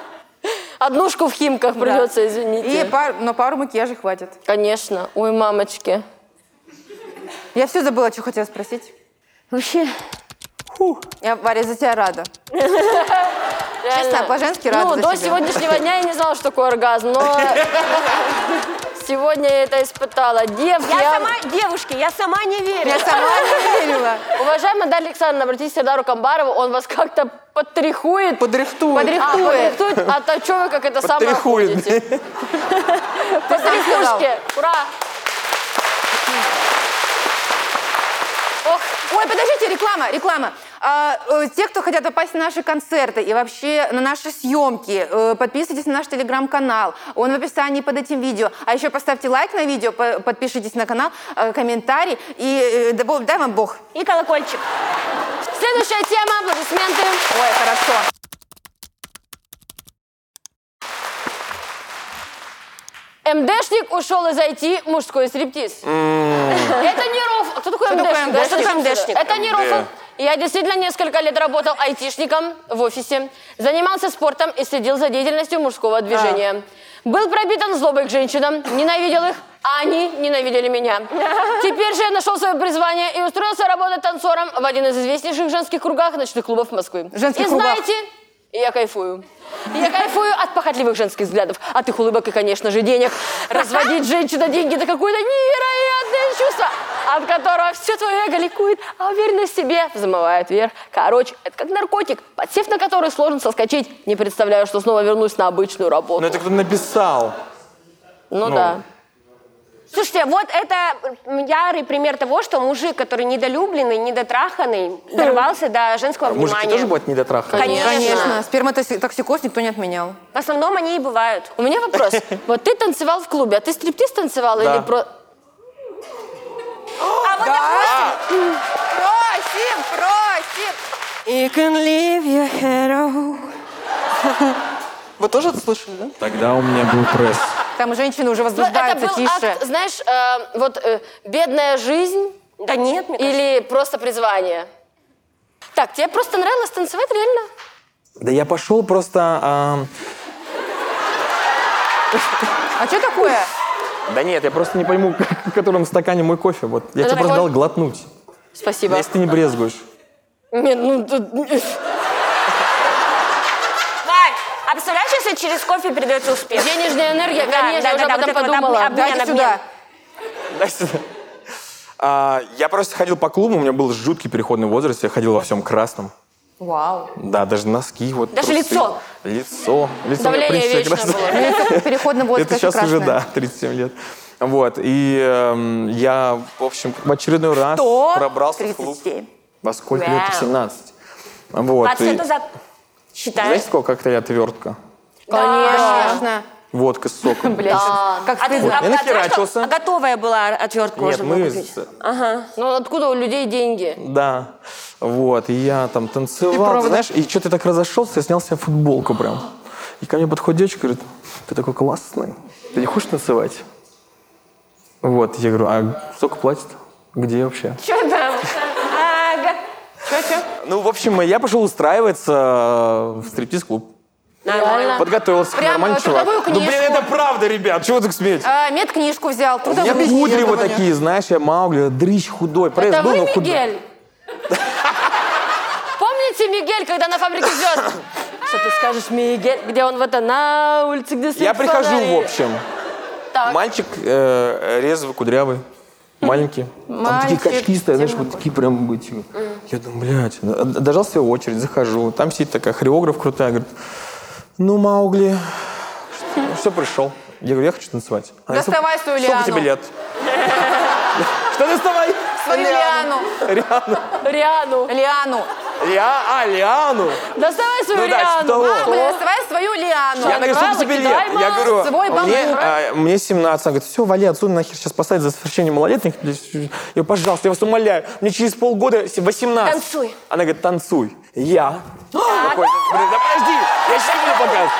A: Однушку в Химках придется,
B: И
A: извините.
B: пар- на пару макияжей хватит.
A: Конечно. Ой, мамочки.
B: Я все забыла, что хотела спросить.
D: Вообще,
B: Я, Варя, за тебя рада.
A: Реально.
B: а по-женски
A: Ну,
B: рада за
A: до
B: себя.
A: сегодняшнего дня я не знала, что такое оргазм, но сегодня я это испытала. Девки, а,
D: я
A: я-
D: сама, девушки, я сама не верю.
B: Я сама не верила.
A: Уважаемая Дарья Александровна, обратитесь к Сердару Камбарову, он вас как-то подтряхует.
C: Подрихтует.
A: А,
B: Подрихтует.
A: подрихтует. А то что вы как это самое
E: Потряхует.
A: ходите?
B: Ты сам сказал.
A: Пушки. Ура!
B: Ох, Ой, подождите, реклама, реклама. А, э, те, кто хотят попасть на наши концерты и вообще на наши съемки, э, подписывайтесь на наш телеграм-канал. Он в описании под этим видео. А еще поставьте лайк на видео, по- подпишитесь на канал, э, комментарий. И э, да бог- дай вам Бог.
D: И колокольчик.
A: Следующая тема, аплодисменты.
B: Ой, хорошо.
A: МДшник ушел из IT, мужской стриптиз. Это не рофл. Кто такой
B: такое
A: МДшник? Да,
B: МДшник?
A: что такое МДшник? Это не
E: МД.
A: рофл. Я действительно несколько лет работал айтишником в офисе, занимался спортом и следил за деятельностью мужского движения. Был пробитан злобой к женщинам, ненавидел их, а они ненавидели меня. Теперь же я нашел свое призвание и устроился работать танцором в один из известнейших женских кругах ночных клубов Москвы.
B: Женских
A: и
B: кругах.
A: знаете, я кайфую. Я кайфую от похотливых женских взглядов, от их улыбок и, конечно же, денег. Разводить женщин на деньги – это какое-то невероятное чувство, от которого все твое эго ликует, а уверенность в себе взмывает вверх. Короче, это как наркотик, подсев на который сложно соскочить. Не представляю, что снова вернусь на обычную работу.
E: Но это кто-то написал.
A: Ну,
E: ну.
A: да.
D: Слушайте, вот это м, ярый пример того, что мужик, который недолюбленный, недотраханный, дорвался до женского
E: А Мужики тоже
D: внимания.
E: бывают недотраханы?
A: Конечно.
B: Конечно, сперматоксикоз никто не отменял.
D: В основном они и бывают.
A: У меня вопрос. Вот ты танцевал в клубе, а ты стриптиз танцевал
E: Да.
A: или про...
B: Просим, просим. You can leave your head on.
C: Вы тоже это слышали, да?
E: Тогда у меня был пресс.
B: Там женщины уже
A: Ну, Это
B: возбуждаются,
A: был
B: тише.
A: акт, знаешь, э, вот э, бедная жизнь.
D: Да нет, мне кажется.
A: Или просто призвание? Так, тебе просто нравилось танцевать реально?
E: Да я пошел просто... ам,
B: А что такое?
E: Да нет, я просто не пойму, в котором стакане мой кофе. Вот я тебе
A: такой-
E: просто дал глотнуть.
A: Спасибо.
E: Если ты не брезгуешь.
A: Не, ну, тут-
D: Вань, а представляешь, если через кофе передается успех?
A: денежная энергия, конечно, я уже об этом
D: вот это вот
A: подумала.
D: обмен,
B: Дайте
D: обмен.
B: сюда.
E: Дай сюда. А, я просто ходил по клубу, у меня был жуткий переходный возраст, я ходил во всем красном.
B: Вау.
E: Да, даже носки, вот
A: Даже
E: трусы.
A: лицо.
E: Лицо. Лицо. у меня, в
A: Давление
E: принципе,
A: вечное
E: красное.
A: было.
B: Переходный возраст,
E: Это сейчас
B: конечно,
E: уже,
B: красная.
E: да, 37 лет. Вот, и эм, я, в общем, в очередной раз
B: Что?
E: пробрался в клуб.
B: 37.
E: Во сколько
D: Вау.
E: лет? В 17.
A: А
E: Вот.
D: Двадцать
E: и-
D: лет назад. Считаешь?
E: Знаете, сколько коктейля отвертка?
B: Конечно.
E: Водка с соком.
B: Блядь, сейчас как
D: А ты
B: стыдно.
D: а- а знаешь, что
E: нахерачился.
D: готовая была отвертка
E: Нет,
D: уже
E: мы...
D: была
E: с-
D: купить.
A: Ну, откуда у людей деньги?
E: Да. Вот, и я там танцевал, знаешь, и что ты так разошелся, я снял себе футболку прям. И ко мне подходит девочка, говорит, ты такой классный, ты не хочешь танцевать? Вот, я говорю, а сколько платит? Где вообще?
D: Что там? А, га-
E: Ну, в общем, я пошел устраиваться э, в стриптиз-клуб.
D: Нормально.
E: Подготовился,
B: Прям,
E: нормальный
B: э, трудовую
E: чувак. Ну, блин,
B: книжку.
E: это правда, ребят, чего вы так смеетесь?
B: А, медкнижку взял.
E: У меня
B: трудовую.
E: кудри
C: этого
E: вот
C: нет.
E: такие, знаешь, я Маугли, дрыщ худой. Пресс
A: Это
E: был,
A: вы,
E: но худой.
A: Мигель? Помните Мигель, когда на фабрике звезд? Что ты скажешь, Мигель? Где он в это на улице, где свет
E: Я прихожу,
A: фонарей?
E: в общем.
A: Так.
E: Мальчик э, резвый, кудрявый, маленький. Там такие
B: Мальчик
E: качки стоят, знаешь, вот такие прям быть. Я думаю, блядь, д- дождал свою очередь, захожу. Там сидит такая хореограф крутая, говорит, ну, Маугли, что- все, пришел. Я говорю, я хочу танцевать. Она,
B: Доставай
E: «Сколько-
B: свою
E: Сколько тебе
B: лиану».
E: лет? Что доставай?
B: Свою Лиану.
E: Риану.
A: Риану.
B: Лиану.
E: Ля- А, Лиану.
A: Доставай свою
E: Ну да,
A: Риану. А,
E: типа того.
A: Мам,
B: Мама, доставай свою Лиану.
E: Я говорю, сколько
A: Маугли,
E: тебе лет?
A: кидай,
E: Я
A: Маугли,
E: говорю,
B: свой бамбук.
E: мне, а, мне 17. Она говорит, все, вали отсюда нахер, сейчас посадят за совершение малолетних. Блядь, Я говорю, пожалуйста, я вас умоляю, мне через полгода се- 18.
D: Танцуй.
E: Она говорит, танцуй. Я. А, Такой, блин, да подожди, я сейчас буду показывать.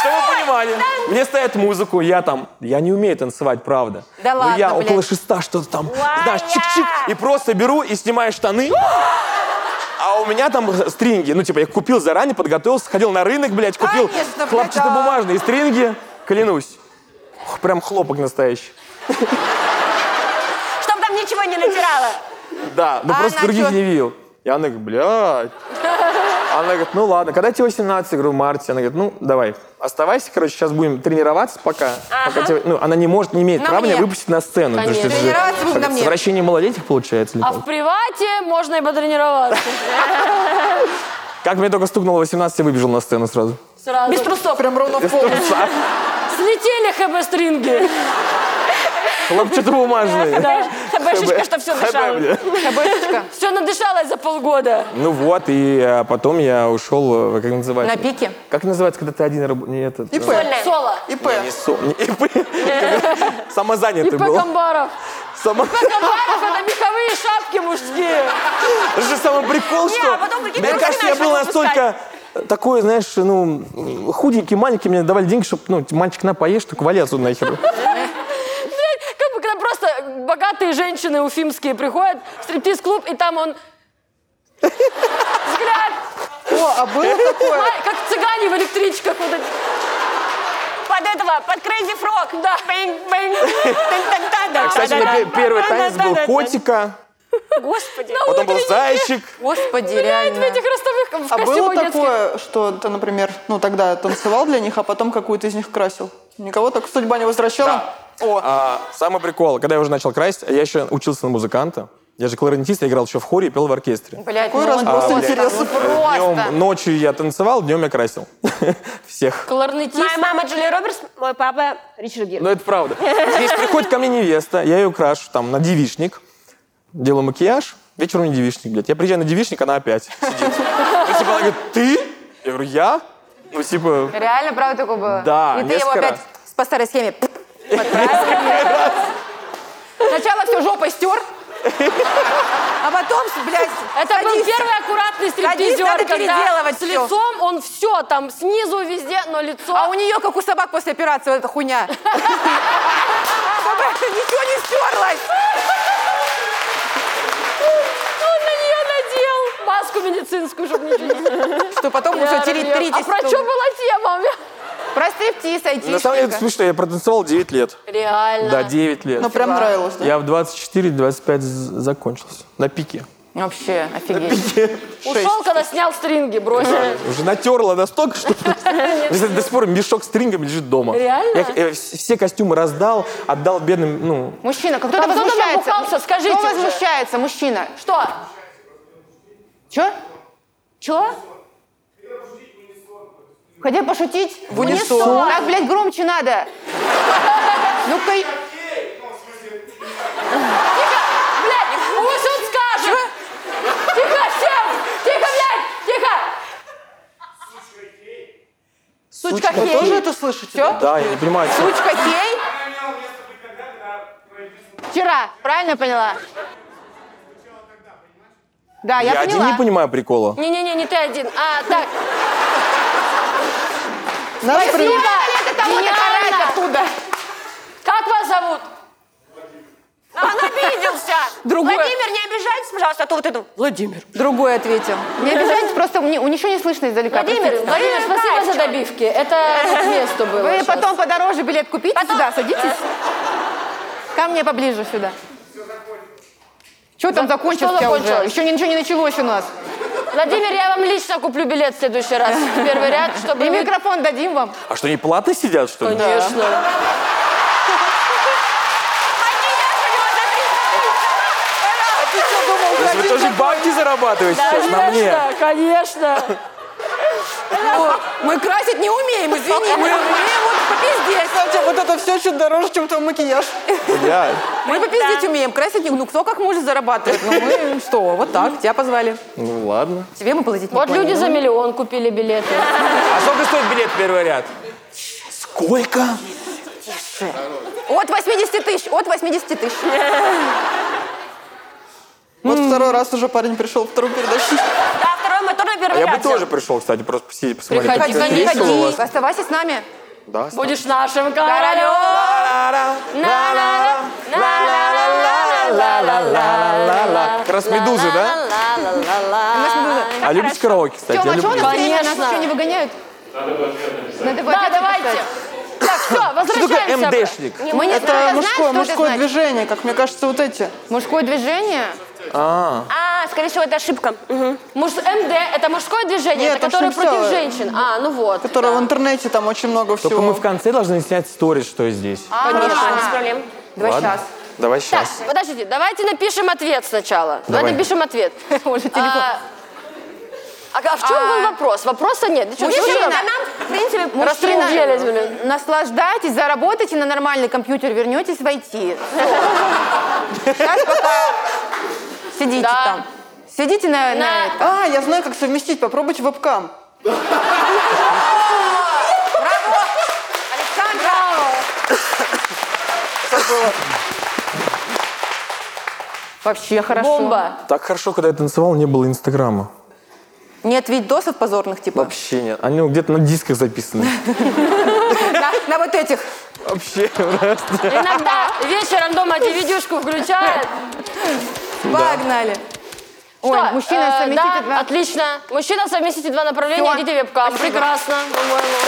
E: Чтобы вы понимали, мне ставят музыку, я там, я не умею танцевать, правда.
B: Да
E: Но
B: ладно,
E: я
B: блядь.
E: около шеста что-то там, знаешь, чик-чик, и просто беру и снимаю штаны. А у меня там стринги, ну, типа, я их купил заранее, подготовился, ходил на рынок, блядь, купил
B: Конечно, блядь,
E: хлопчатобумажные стринги, клянусь. Ох, Прям хлопок настоящий.
D: Чтоб там ничего не натирало.
E: Да, ну
B: А
E: просто
B: она
E: других
B: чё?
E: не видел. И она говорит, блядь. Она говорит, ну ладно, когда тебе 18? Я говорю, в марте. Она говорит, ну давай, оставайся, короче, сейчас будем тренироваться пока. пока тебе- ну, она не может, не имеет
B: На
E: права меня
B: мне.
E: выпустить на сцену. потому что это же
B: Тренироваться будем на мне.
E: Совращение малолетних получается. или
A: А
E: как?
A: в привате можно и потренироваться.
E: Как мне только стукнуло 18, я выбежал на сцену сразу.
A: Сразу.
D: Без трусов. Прям ровно
E: Из трусах.
A: Слетели хб-стринги.
E: Хлопчатобумажные.
A: Да.
D: Хбшечка, что все
E: Хэ-бэ,
D: дышало.
E: бля.
B: Хабешечка.
A: Все надышалось за полгода.
E: Ну вот, и э, потом я ушел, э, как называется?
B: На пике?
E: Как называется, когда ты один работаешь? Не этот...
C: ИП.
E: э,
D: Сольная.
A: Соло.
C: ИП.
E: не, не со- не ИП. Самозанятый
A: ИП
E: был.
A: Камбаров.
E: Само-
A: ИП Камбаров это меховые шапки мужские.
E: Это же самый прикол,
D: Не,
E: что...
D: а потом прикинь,
E: Мне
D: ты
E: кажется, я
D: начинаешь
E: был
D: его
E: настолько э, такой, знаешь, ну, худенький, маленький, мне давали деньги, чтобы, ну, мальчик, на, поешь, только вали отсюда нахер.
A: Блядь, Ну, Как бы когда просто богатые женщины уфимские приходят в стриптиз-клуб, и там он... Взгляд,
C: О, а было такое?
A: а, как цыгане в электричках. Вот эти.
D: Под этого, под Crazy Frog. Да.
E: Кстати, у меня пе- первый танец был котика,
D: Господи.
E: потом был зайчик.
B: Господи,
A: Блядь, в
B: реально.
A: этих ростовых в
C: А было
A: костюмах детских.
C: такое, что ты, например, ну тогда танцевал для них, а потом какую-то из них красил? Никого так судьба не возвращала? О,
E: А, самый прикол, когда я уже начал красить, я еще учился на музыканта. Я же кларнетист, я играл еще в хоре и пел в оркестре.
B: Блядь,
C: Какой
B: ну он
C: разброс
B: просто,
C: интересов.
B: ну
E: Днем,
B: Просто.
E: ночью я танцевал, днем я красил. Всех.
A: Кларнетист.
D: Моя мама Джулия Робертс, мой папа Ричард Гир.
E: Но это правда. Здесь приходит ко мне невеста, я ее крашу там на девичник, делаю макияж, вечером не девичник, блядь. Я приезжаю на девичник, она опять сидит. Ну, типа, она говорит, ты? Я говорю, я? Ну, типа,
B: Реально, правда, такое было?
E: Да,
B: И ты его
E: несколько
B: опять по старой схеме подправил. Сначала все жопой стер, а потом, блядь,
A: Это был
B: садись.
A: первый аккуратный стриптизер,
B: надо
A: когда
B: переделывать
A: с
B: всё.
A: лицом он все там, снизу везде, но лицо...
B: А у нее, как у собак после операции, вот эта хуйня. Чтобы ничего не стерлось.
A: медицинскую, чтобы ничего не...
B: Ну, Что потом вы все тери-
A: А
B: теритесь.
A: про
B: чтобы-
A: что была тема?
B: Про стриптиз, айтишника.
E: На самом деле, это смешно, я протанцевал 9 лет.
A: Реально.
E: Да, 9 лет.
C: Ну, прям нравилось, да?
E: Я в 24-25 з- закончился. На пике.
B: Вообще, офигеть.
A: Ушел, когда снял стринги, бросил.
E: Уже натерла настолько, что... Кстати, До сих пор мешок с стрингами лежит дома.
A: Реально?
E: Я их, э, вс- все костюмы раздал, отдал бедным, ну...
B: Мужчина, как кто-то
A: Там кто-то
B: возмущается.
A: набухался, скажите
B: Кто
A: уже.
B: возмущается, мужчина?
A: Что?
B: Че?
A: Че?
B: Хотел пошутить? В
C: унисон.
B: Так, блядь, громче надо. Ну, Ну-ка, и-
A: Блядь, мы тут скажем! Тихо всем! Тихо, блядь! Тихо!
B: сучка
C: Вы
B: хей.
C: тоже это слышите?
B: Все?
E: Да, я не понимаю, что...
B: Сучка хей? Вчера, правильно поняла? Да, а я,
E: Я один
B: поняла.
E: не понимаю прикола.
A: Не-не-не, не ты один. А, так,
C: Наш
B: Спасибо.
C: при-
B: Это того-то
A: Гениально.
B: карать оттуда.
A: как вас зовут?
F: А Он обиделся.
B: Другое.
F: Владимир, не обижайтесь, пожалуйста, а то вот это... Владимир.
B: Другой ответил. Не обижайтесь, просто мне- у ничего не слышно издалека.
A: Владимир,
B: простите.
A: Владимир, спасибо за добивки. Это к месту было.
B: Вы
A: щас.
B: потом подороже билет купите сюда, садитесь. Ко мне поближе сюда. Что там закончилось
A: что
B: у тебя уже?
A: закончилось?
B: Еще ничего не началось у нас.
A: Владимир, я вам лично куплю билет в следующий раз. в Первый ряд, чтобы...
B: И
A: вы-
B: микрофон дадим вам.
E: А что, они платы сидят, что ли?
A: Конечно.
E: А То есть Вы тоже бабки зарабатываете сейчас на мне?
A: Конечно, конечно.
B: Мы красить не умеем, извини. Мы умеем вот попиздеть.
C: Кстати, вот это все чуть дороже, чем твой макияж.
E: Я-
B: Мы попиздеть умеем. Красить не... Ну, кто как может зарабатывать? Ну, мы что, вот так, тебя позвали.
E: Ну ладно.
B: Тебе мы платить не
A: Вот люди
B: планируем.
A: за миллион купили билеты.
E: А сколько стоит билет в первый ряд? Сколько?
B: От 80 тысяч, от 80 тысяч.
C: Вот второй раз уже парень пришел, вторую передачу.
F: Да, второй мотор на первый
E: А Я бы
F: ряд
E: тоже пришел, кстати, просто посидеть, посмотреть.
A: Приходи,
E: как это
A: конечно.
E: весело у вас.
B: Оставайся с нами.
E: Да,
A: Будешь нашим королем.
E: Как раз медузы, да? А любите караоке, кстати? Я
B: Тёма, а чего у
E: люблю.
B: нас время? Нас
A: Конечно.
B: еще не выгоняют? Надо бы
A: Да,
B: ответы
A: давайте.
B: писать.
A: Так, все,
E: Что такое
A: возвращаемся.
E: МДшник?
B: Мы не знаем,
C: Это
B: знаешь,
C: мужское,
B: что
C: мужское
B: это значит?
C: движение, как мне кажется, вот эти.
B: Мужское движение?
E: А,
F: А, скорее всего, это ошибка. Мгм.
A: Муж... МД – это мужское движение,
C: Нет,
A: это
C: там
A: которое
C: всё
A: против
C: написано.
A: женщин. А, ну вот.
C: Которые в интернете там очень много
E: только мы
C: всего.
E: в конце должны снять сториз, что здесь.
F: Конечно, без проблем.
B: Давай
E: Ладно.
B: сейчас.
E: Давай
A: Так,
E: сейчас.
A: подождите, давайте напишем ответ сначала. Давай
E: Давай.
A: напишем ответ.
B: Уже телефон.
A: А, а а в чем был вопрос? Вопроса нет. Да чё,
B: Мужчина.
A: зачем?
F: А нам, в принципе,
B: Мужчина,
A: Раструделись, блин.
B: наслаждайтесь, заработайте на нормальный компьютер, вернетесь в IT. Сейчас пока сидите
A: Да.
B: там. Сидите на, на
A: На-
B: этом.
C: А, я знаю, как совместить. Попробуйте вебкам.
B: Вообще хорошо.
A: Бомба.
E: Так хорошо, когда я танцевал, не было Инстаграма.
B: Нет видосов позорных, типа.
E: Вообще нет. Они ну, где-то на дисках записаны.
B: На, на вот этих.
E: Вообще.
A: Иногда вечером дома девидюшку включает.
B: Погнали. Ой,
A: Что,
B: мужчина
A: э,
B: совместит
A: да,
B: это на-
A: отлично. Мужчина, совместите два направления,
B: Всё.
A: идите вебкам.
B: Спасибо.
A: Прекрасно, по-моему.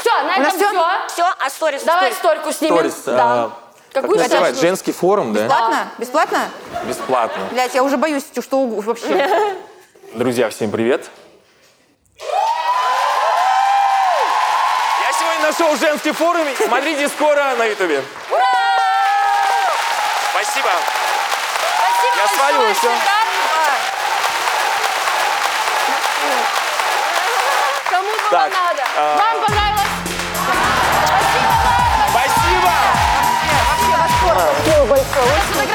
A: Все, на этом
B: нас всё?
A: все.
F: Все, а сторис,
A: Давай
F: сторис.
A: стойку снимем.
E: Сторис.
A: Да.
E: а, Как
A: Какую
E: называется?
A: сейчас?
E: Женский форум, да?
B: Бесплатно? Бесплатно?
E: Бесплатно.
B: Блять, я уже боюсь, что уг- вообще.
E: Друзья, всем привет. Я сегодня нашел женский форум. Смотрите скоро на ютубе. Спасибо.
A: Спасибо
E: Я
A: большое,
E: сваливаю, всё.
A: ребята. Кому было
E: Так,
A: надо?
E: а-
A: Вам понравилось? Спасибо вам.
E: Спасибо.
A: Фотографируйте.